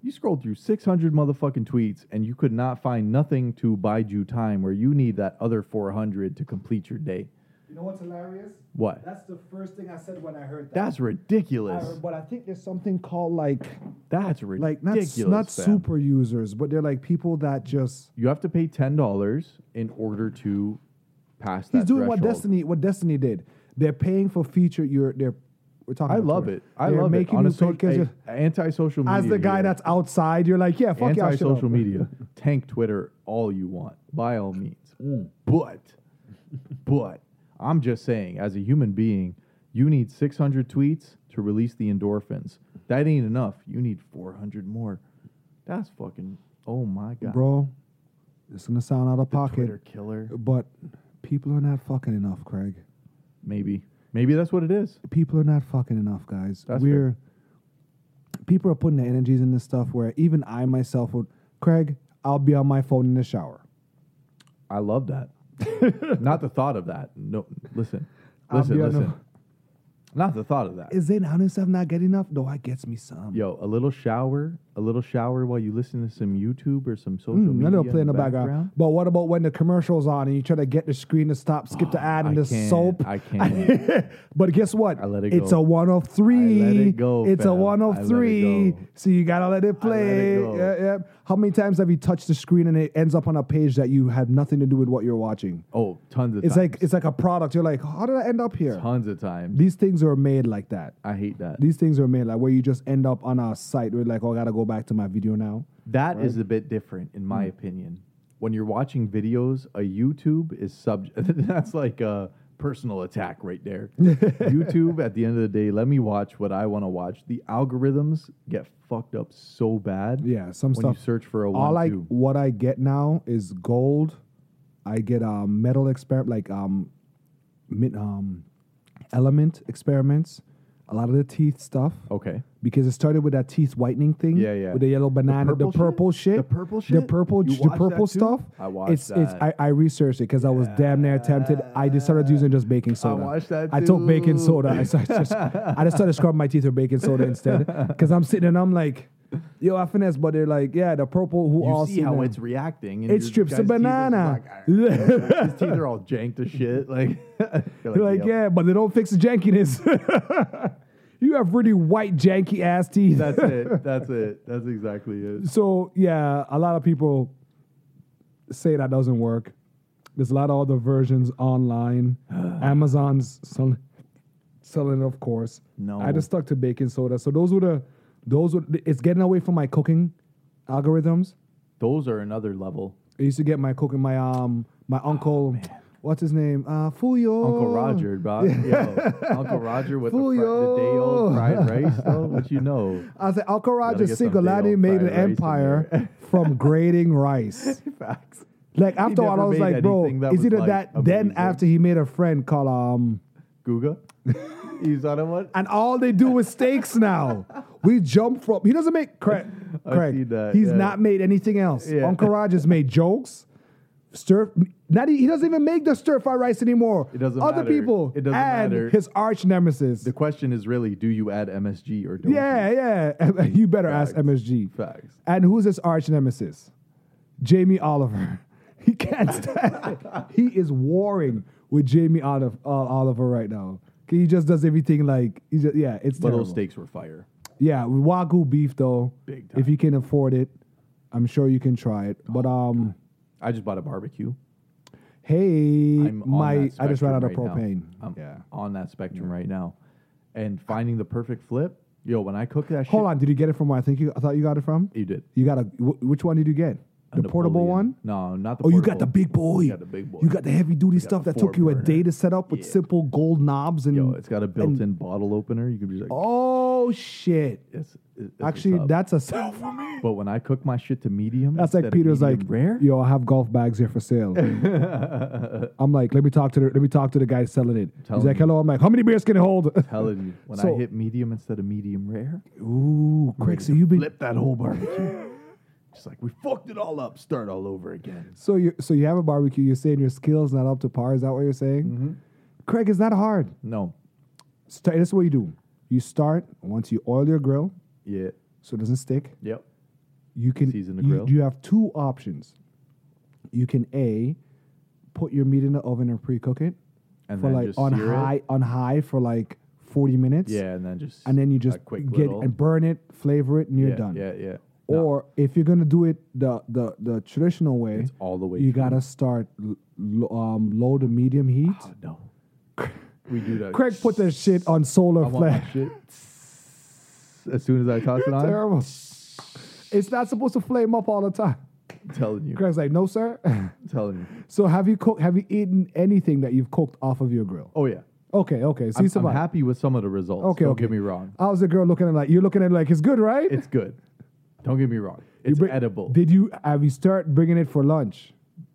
You scrolled through 600 motherfucking tweets and you could not find nothing to bide you time where you need that other 400 to complete your day. You know what's hilarious? What? That's the first thing I said when I heard That's ridiculous. but I think there's something called like That's ridiculous. like not s- not fam. super users, but they're like people that just You have to pay $10 in order to pass that he's doing what threshold. Destiny what Destiny did. They're paying for feature. You're they're we're talking. I about love Twitter. it. I They're love it. making On you a pay so- 'cause a- you're- anti-social media. as the guy here. that's outside, you're like, yeah, fuck y'all, shut up. anti-social media. Tank Twitter all you want, by all means. But, but I'm just saying, as a human being, you need 600 tweets to release the endorphins. That ain't enough. You need 400 more. That's fucking. Oh my god, Bro, it's gonna sound out of The pocket, Twitter killer. but people are not fucking enough, Craig. Maybe, maybe that's what it is. People are not fucking enough, guys. That's We're people are putting their energies in this stuff where even I myself would, Craig, I'll be on my phone in the shower. I love that. Not the thought of that. No, listen, I'll listen, be on the- listen. Not the thought of that. Is they not stuff not getting enough? No, I gets me some. Yo, a little shower, a little shower while you listen to some YouTube or some social Mm, media. I know in play in the background. But what about when the commercial's on and you try to get the screen to stop, skip the ad, and Ah, I the can't, soap? I can't. but guess what? I let it it's go. a one of three. I let it go, It's a fam. one I of let it three. go. So you gotta let it I let play. it go. Yeah, yeah. How many times have you touched the screen and it ends up on a page that you had nothing to do with what you're watching? Oh, tons of It's times. like it's like a product. You're like, how did I end up here? tons of times. These things are made like that. I hate that. These things are made like where you just end up on a site where like, oh, I gotta go back to my video now. That is a bit different, in Hmm. my opinion. When you're watching videos, a YouTube is subject. that's like uh, personal attack right there. YouTube, at the end of the day, let me watch what I want to watch. The algorithms get fucked up so bad. Yeah, some when stuff. you search for a one, All I two. what I get now is gold. I get um, metal experiment like um, min, um, element experiments. A lot of the teeth stuff. Okay. Because it started with that teeth whitening thing. Yeah, yeah. With the yellow banana, the purple shit? purple, shit? The purple shit? the purple, You the watched purple that too? stuff. I watched it's, It's, I, that. I researched it because I was damn near tempted. I just started using just baking soda. watched that I took baking too. soda. I, started just, I just started scrubbing my teeth with baking soda instead because I'm sitting and I'm like, yo, I finesse, but they're like, yeah, the purple who You all see how that. it's reacting. And It your strips a guy's teeth is banana. like, "Argh." His teeth are all janked to shit. Like, you're They're like, "Yep." yeah, but they don't fix the jankiness. you have really white, janky ass teeth. That's it. That's it. That's exactly it. so yeah, a lot of people say that doesn't work. There's a lot of other versions online. Amazon's sell- selling, it, of course. No. I just stuck to baking soda. So those were the, those were. It's getting away from my cooking algorithms. Those are another level. I used to get my cooking my um my uncle, what's his name? Uh, Fuyo. Oh, Uncle Roger, bro. Yo, Uncle Roger with the, fri- the day Fuyo. old fried rice, though. What you know? I said Uncle Roger get some Singolani big old made an fried rice in empire there. from grating rice. Facts. Like after all, I never was made like, bro, anything that it's was, either like, that. Then amazing. after he made a friend called um, Guga? He's on a what? and all they do is steaks now. We jump from he doesn't make Craig. I Craig, see that, he's yeah. not made anything else. Yeah. Uncle Roger's made jokes. Stir, not e, he doesn't even make the stir fried rice anymore. It doesn't Other matter. people It doesn't add matter. his arch nemesis. The question is really, do you add MSG or don't you? Yeah, yeah. You better ask Facts. MSG. Facts. And who's his arch nemesis? Jamie Oliver. He can't stand. he is warring with Jamie Oliver, uh, Oliver right now. He just does everything like he just, yeah. It's But terrible. those steaks were fire. Yeah, wagyu beef though. Big If you can afford it, I'm sure you can try it. But Oh, um, I just bought a barbecue. hey, I'm on my that I just ran spectrum out of right now. Um, propane. I'm yeah. on that spectrum right now. And finding the perfect flip. Yo, when I cook that shit. Hold on, did you get it from where I think you? I thought you got it from. You did. You got a. Wh- which one did you get? The portable Napoleon. one. No, not the Oh, you portable. got the big boy. You got the big boy. You got the heavy duty stuff the that took you a four-burner. day to set up with Yeah. simple gold knobs Mm. and. Yo, it's got a built-in bottle opener. You can be like, oh shit! it's, it's what's Actually, up. that's a sell for me. But when I cook my shit to medium, That's instead like of Peter's like, medium rare. yo, I have golf bags here for sale. I'm like, let me talk to the let me talk to the guy selling it. Tell He's like, him. hello. I'm like, how many beers can it hold? Telling you, when So- I hit medium instead of medium rare, Ooh, Craig, so you've been flip that whole barbecue. Just like we fucked it all up, start all over again. so you so you have a barbecue. You're saying your skills not up to par. Is that what you're saying? Mm-hmm. Craig, it's not hard. No, Start, this is what you do. You start once you oil your grill yeah, so it doesn't stick. yep, you can Season the you, grill. you have two options. You can a put your meat in the oven and pre-cook it And for then like just on sear it? high on high for like forty minutes. yeah, and then just and then you a just quick get little, and burn it, flavor it, and you're yeah, done. Yeah, yeah. No, Or if you're gonna do it the the the traditional way, It's all the way You through. gotta start l- l- um, low to medium heat. oh, no, we do that. Craig put this shit on solar I want flare. that shit. As soon as I toss it on, Terrible. It's not supposed to flame up all the time. telling you, Craig's like, no, sir. telling you. So have you cooked? Have you eaten anything that you've cooked off of your grill? Oh yeah, Okay, okay. So you I'm, I'm survived. happy with some of the results. Okay, don't okay. get me wrong. How's the girl looking at it like you're looking at it like it's good, right? It's good. Don't get me wrong. You It's bring- edible. Did you have you start bringing it for lunch?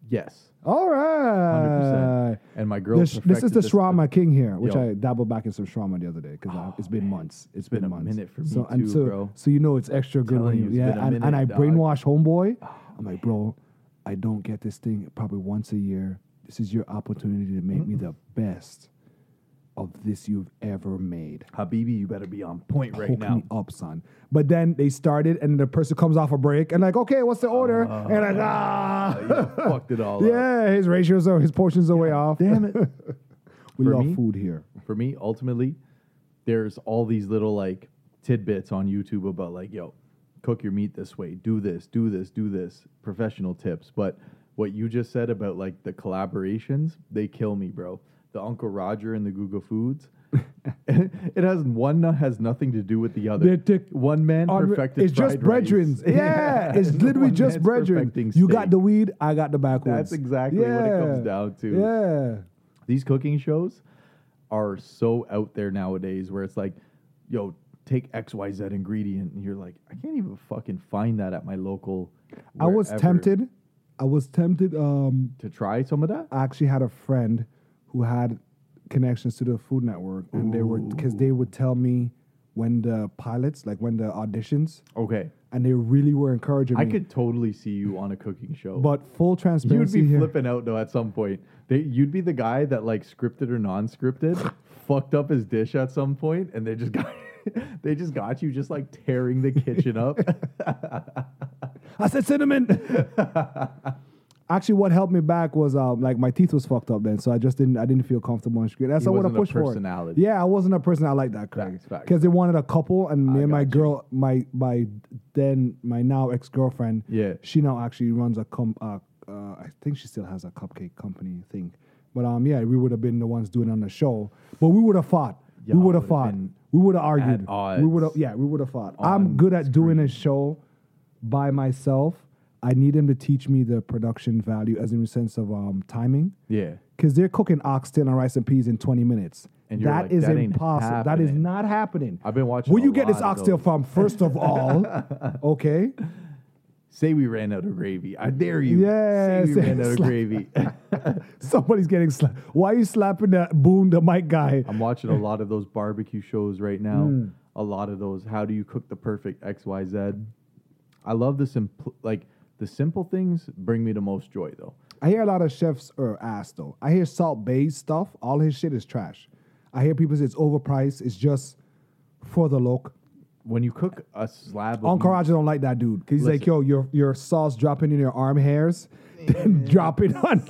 yes. All 100%. right. And my girl. This, this is perfected the shawarma king here, which Yo. Oh, I dabbled back in some shawarma the other day because it's been months. It's been, been a months. minute for me so, and too, so, bro. So you know it's extra good telling when you, you, it's yeah. been a And, and minute, I dog. Ah. brainwash homeboy. I'm like, bro, I don't get this thing probably once a year. This is your opportunity to make me the best of this you've ever made. Habibi, you better be on point right Hook now. me up, son. But then they started, and the person comes off a break, and like, okay, what's the order? and like, ah, You fucked it all up. yeah, his ratios are his portions are way off. Damn it. we For love me? food here. For me, ultimately, there's all these little like tidbits on YouTube about like, yo, cook your meat this way, do this, do this, do this, professional tips. But what you just said about like the collaborations, they kill me, bro. The Uncle Roger and the Guga Foods. it has one has nothing to do with the other. They're tick- one man Unre- perfected it's just fried rice. brethren. Yeah, it's literally One just man's brethren. perfecting You got steak. the weed, I got the backwards. That's exactly what it comes down to. Yeah. These cooking shows are so out there nowadays where it's like, yo, take XYZ ingredient. And you're like, I can't even fucking find that at my local. I was wherever." tempted. I was tempted. Um, to try some of that. I actually had a friend who had connections to the Food Network, and they were because they would tell me when the pilots, like when the auditions, Okay. and they really were encouraging I me. could totally see you on a cooking show. but full You'd transparency be here. flipping out though at some point. They, you'd be the guy that like scripted or non-scripted, fucked up his dish at some point, and they just got they just got you just like tearing the kitchen up. I said cinnamon. Actually, what helped me back was um, like my teeth was fucked up then, so I just didn't I didn't feel comfortable on screen. That's He not what I wasn't a pushed for. personality. Yeah, I wasn't a person. I like that, Craig, Facts, facts. because they wanted a couple, and me and my got you. girl, my my then my now ex girlfriend. Yeah. she now actually runs a com. Uh, uh, I think she still has a cupcake company I think. But um, yeah, we would have been the ones doing it on the show, but we would have fought. Y'all we would have would've fought. been We would have argued. odds. We would have yeah, we would have fought. I'm on good at doing a show by myself. I need him to teach me the production value, as in the sense of um, timing, yeah. because they're cooking oxtail and rice and peas in 20 minutes. And you're That like, is "That ain't impossible. That is happening." not happening. I've been watching Where a you get this lot of oxtail those. from? First of all, okay. Say we ran out of gravy. I dare you. Yes, Say we ran out of it's like- gravy. Somebody's getting slapped. Why are you slapping that boon, the mic guy? I'm watching a lot of those barbecue shows right now. Hmm. A lot of those. How do you cook the perfect X Y Z? I love the simple like the simple things bring me the most joy though. I hear a lot of chefs are ass though. I hear Salt Bay's stuff. All his shit is trash. I hear people say it's overpriced. It's just for the look. When you cook a slab of Encourage don't like that dude because he's like, Listen. yo, your your sauce dropping in your arm hairs, then dropping on.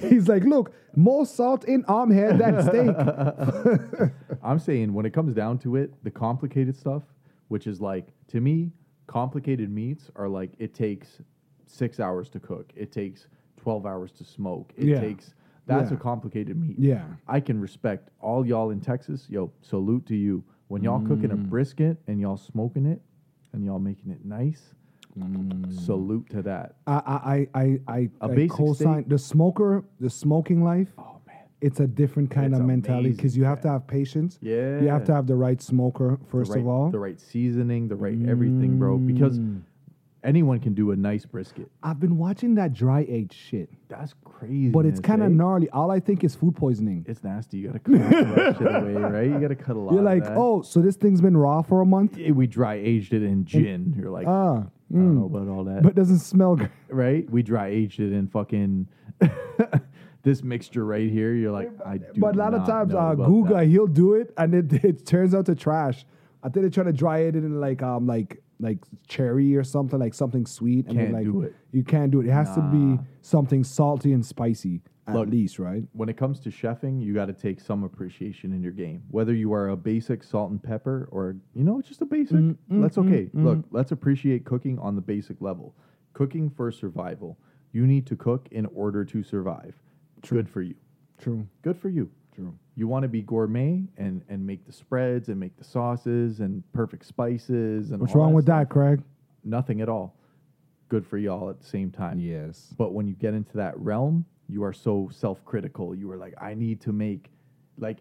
he's like, look, more salt in arm hair than steak. I'm saying when it comes down to it, the complicated stuff, which is like to me, complicated meats are like it takes six hours to cook. It takes twelve hours to smoke. It Yeah. takes that's Yeah. a complicated meat. Yeah. I can respect all y'all in Texas. Yo, salute to you. When y'all cooking a brisket and y'all smoking it and y'all making it nice, salute to that. I I I I, A I basic co-sign the smoker, the smoking life. Oh man. It's a different kind It's of mentality amazing, because you have to have patience. you have Yeah. to have the right smoker first right, of all. the right seasoning, the right everything, bro. Because anyone can do a nice brisket. I've been watching that dry age shit. That's crazy. But it's kind of gnarly. All I think is food poisoning. It's nasty. You gotta cut all that shit away, right? You gotta cut a lot. You're like, of that. oh, so this thing's been raw for a month, Yeah, we dry aged it in gin. You're like, Ah, I don't know about all that, but doesn't smell good. right? We dry aged it in fucking this mixture right here. You're like, I do. But a lot of not times, know uh, about Guga, that. he'll do it, and it, it turns out to trash. I think they try to dry it in like um like like cherry or something like something sweet. and then, Can't like, do it. You can't do it. It has to be something salty and spicy at Look, least, right? when it comes to chefing, you got to take some appreciation in your game. Whether you are a basic salt and pepper or, you know, just a basic, Mm, that's okay. Look, let's appreciate cooking on the basic level. Cooking for survival. You need to cook in order to survive. Good for you. True. Good for you. True. You want to be gourmet and, and make the spreads and make the sauces and perfect spices and What's all wrong with stuff. that, Craig? Nothing at all. Good for y'all at the same time. Yes. But when you get into that realm, you are so self-critical. You are like, I need to make, like,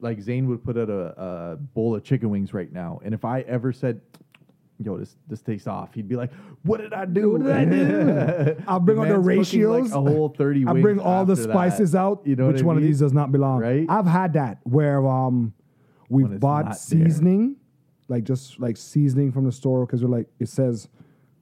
like Zane would put out a, a bowl of chicken wings right now, and if I ever said, "Yo, this this tastes off," he'd be like, "What did I do? What did I do? I'll bring The all the man's cooking, like, ratios. a whole thirty. I wings bring all the after that. spices out. You know which what I one of mean? these does not belong? Right? I've had that where um When we've it's bought not seasoning, like just like seasoning from the store because we're like it says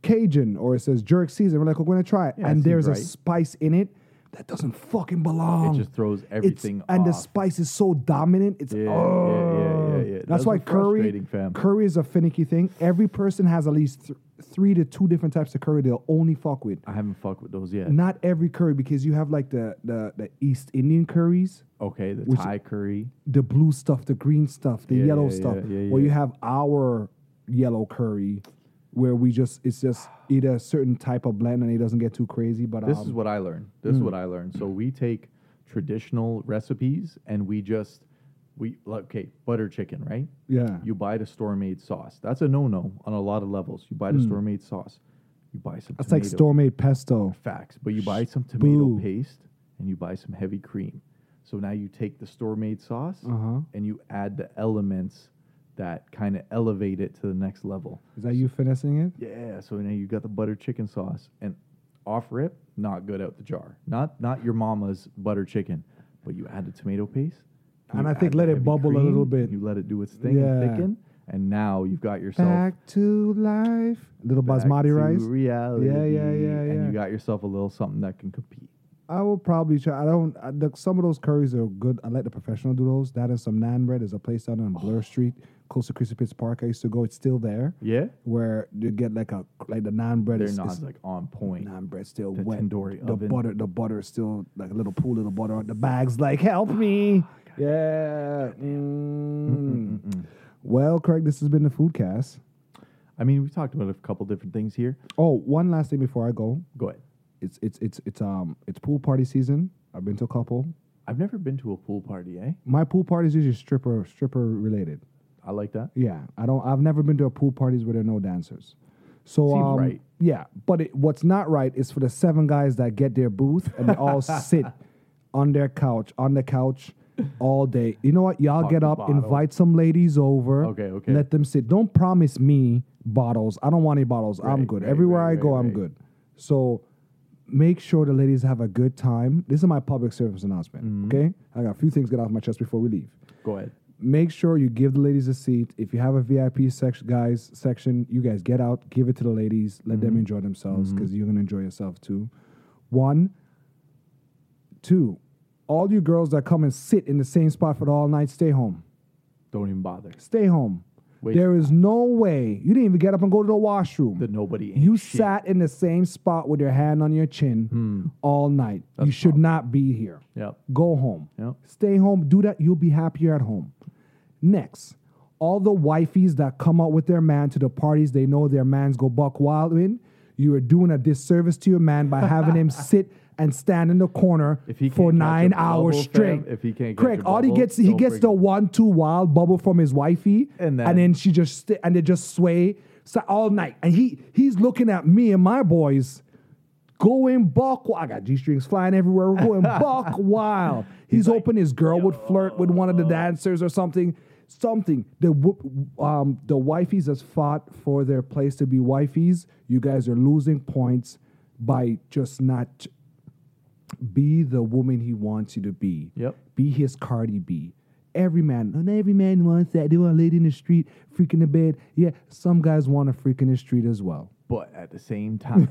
Cajun or it says jerk season. We're like we're gonna try it, Yeah, and seems there's right. a spice in it that doesn't fucking belong. It just throws It's- everything and the off. spice is so dominant. It's Yeah, yeah, yeah, oh. yeah, yeah. That's Those why are curry frustrating, fam. curry is a finicky thing. Every person has at least th- three to two different types of curry they'll only fuck with I haven't fucked with those yet. not every curry because you have like the the, the East Indian curries, Okay, the Which- Thai curry. the blue stuff, the green stuff, the Yeah, yellow yeah, stuff. yeah, yeah, Or you yeah. have our yellow curry, where we just it's just eat a certain type of blend and it doesn't get too crazy. But This um, is what I learned. This is what I learned. So we take traditional recipes and we just we like, okay butter chicken right. yeah, You buy the store made sauce. That's a no no on a lot of levels. You buy the store made sauce. You buy some. Hmm. that's like tomato. store made pesto. facts, but you buy some tomato Boo. paste and you buy some heavy cream. So now you take the store made sauce Uh-huh. and you add the elements that kind of elevate it to the next level. Is that you finessing it? Yeah, so now you got the butter chicken sauce and off rip, not good out the jar. Not not your mama's butter chicken, but you add the tomato paste. And you I think add the let it heavy bubble a little cream, bit. You let it do its thing Yeah. and thicken, and now you've got yourself Back to life. Little back basmati to rice. Reality, Yeah, yeah, yeah, And yeah. you got yourself a little something that can compete. I will probably try. I don't. I, the, some of those curries are good. I let the professional do those. That and some naan bread. There's a place down on Blair Street, close to Chrissy Pitts Park. I used to go. It's still there. Yeah, Where you get like a like the naan bread. they're is, not is- like on point. naan bread still The wet. tandoori the oven. butter, the butter is still like a little pool of the butter. The bags like help Oh, me. yeah. Mm. Well, Craig, this has been the foodcast. I mean, we talked about a couple different things here. Oh, one last thing before I go. Go ahead. It's it's it's it's um it's pool party season. I've been to a couple. I've never been to a pool party, eh? My pool party is usually stripper stripper related. I like that. Yeah, I don't. I've never been to a pool parties where there are no dancers. So Seems um, right. Yeah, but it, what's not right is for the seven guys that get their booth and they all sit on their couch on the couch all day. You know what? Y'all Pop get the up, bottle. invite some ladies over. Okay, okay. Let them sit. Don't promise me bottles. I don't want any bottles. I'm Right, good. right, Everywhere right, I go, right, I'm right. good. So make sure the ladies have a good time. This is my public service announcement. Mm-hmm. Okay, I got a few things to get off my chest before we leave Go ahead. make sure you give the ladies a seat. If you have a VIP section, guys section, you guys get out, give it to the ladies, let Mm-hmm. them enjoy themselves because you're gonna enjoy yourself too. One, two, all you girls that come and sit in the same spot for the all night, stay home. Don't even bother. Stay home. Waste there is no way you didn't even get up and go to the washroom. The nobody. ain't you shit. Hmm. sat in the same spot with your hand on your chin all night. you should not be here. Yep. Go home. Yep. Stay home. Do that. You'll be happier at home. Next, all the wifeys that come out with their man to the parties they know their man's go buck wild in, you are doing a disservice to your man by having him sit and stand in the corner If he can't for catch a nine hours bubble, straight. fam, if he can't catch Craig, a all he bubble, gets he don't gets bring the him. one two wild bubble from his wifey, And then- and then she just sti- and they just sway so all night, and he he's looking at me and my boys. Going buck wild. I got G strings flying everywhere. We're going buck wild. He's, hoping his girl would flirt with one of the dancers or something. Something. The wo- um the wifeys has fought for their place to be wifeys. You guys are losing points by just not be the woman he wants you to be. Yep. Be his Cardi B. Every man, and every man wants that. They want a lady in the street, freak in the bed. Yeah, some guys want a freak in the street as well. But at the same time,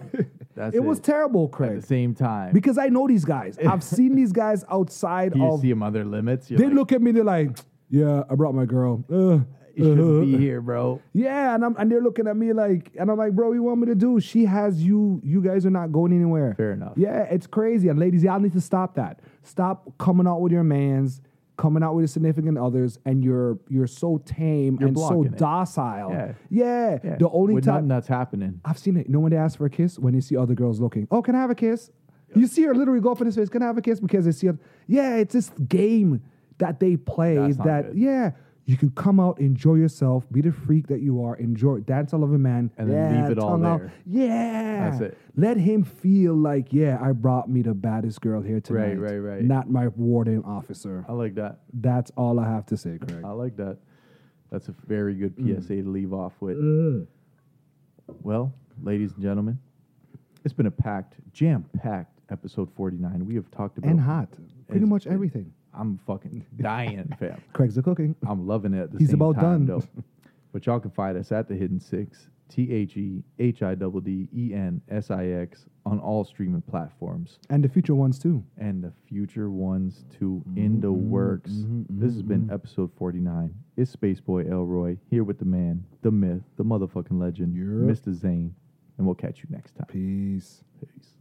that's it was terrible, At Craig. the same time, Because I know these guys. I've seen these guys outside you of. see them other limits. You're They like, look at me. They're like, "Yeah, I brought my girl." Ugh, you shouldn't uh-huh." be here, bro. Yeah, and I'm and they're looking at me like, and I'm like, "Bro, you want me to do? She has you. You guys are not going anywhere." Fair enough. Yeah, it's crazy. And ladies, y'all need to stop that. Stop coming out with your man's, coming out with your significant others, and you're you're so tame and so blocking it. docile. Yeah. Yeah. Yeah. The only With time nothing that's happening. I've seen it. You know when they ask for a kiss? When you see other girls looking. Oh, can I have a kiss? You see her literally go up in his face, can I have a kiss? Because they see her. Yeah, it's this game that they play That's not that, good. yeah, you can come out, enjoy yourself, be the freak that you are, enjoy, dance all over man. And then yeah, leave it all tongue out. there. Yeah. That's it. Let him feel like, yeah, I brought me the baddest girl here tonight. right, right. Not my warden officer. I like that. That's all I have to say, Craig. I like that. That's a very good Mm. PSA to leave off with. Well, ladies and gentlemen, it's been a packed, jam-packed episode 49. We have talked about And hot. Pretty It's much been- everything. I'm fucking dying, fam. Craig's the cooking. I'm loving it. At the He's same about time, done. Though. But y'all can find us at the Hidden Six, T H E H I D D E N S I X, on all streaming platforms, And the future ones too. and the future ones too in the Mm-hmm, works. This has been episode forty nine. It's Spaceboy Elroy here with the man, the myth, the motherfucking legend, Yep. Mr. Zane, and we'll catch you next time. Peace. Peace.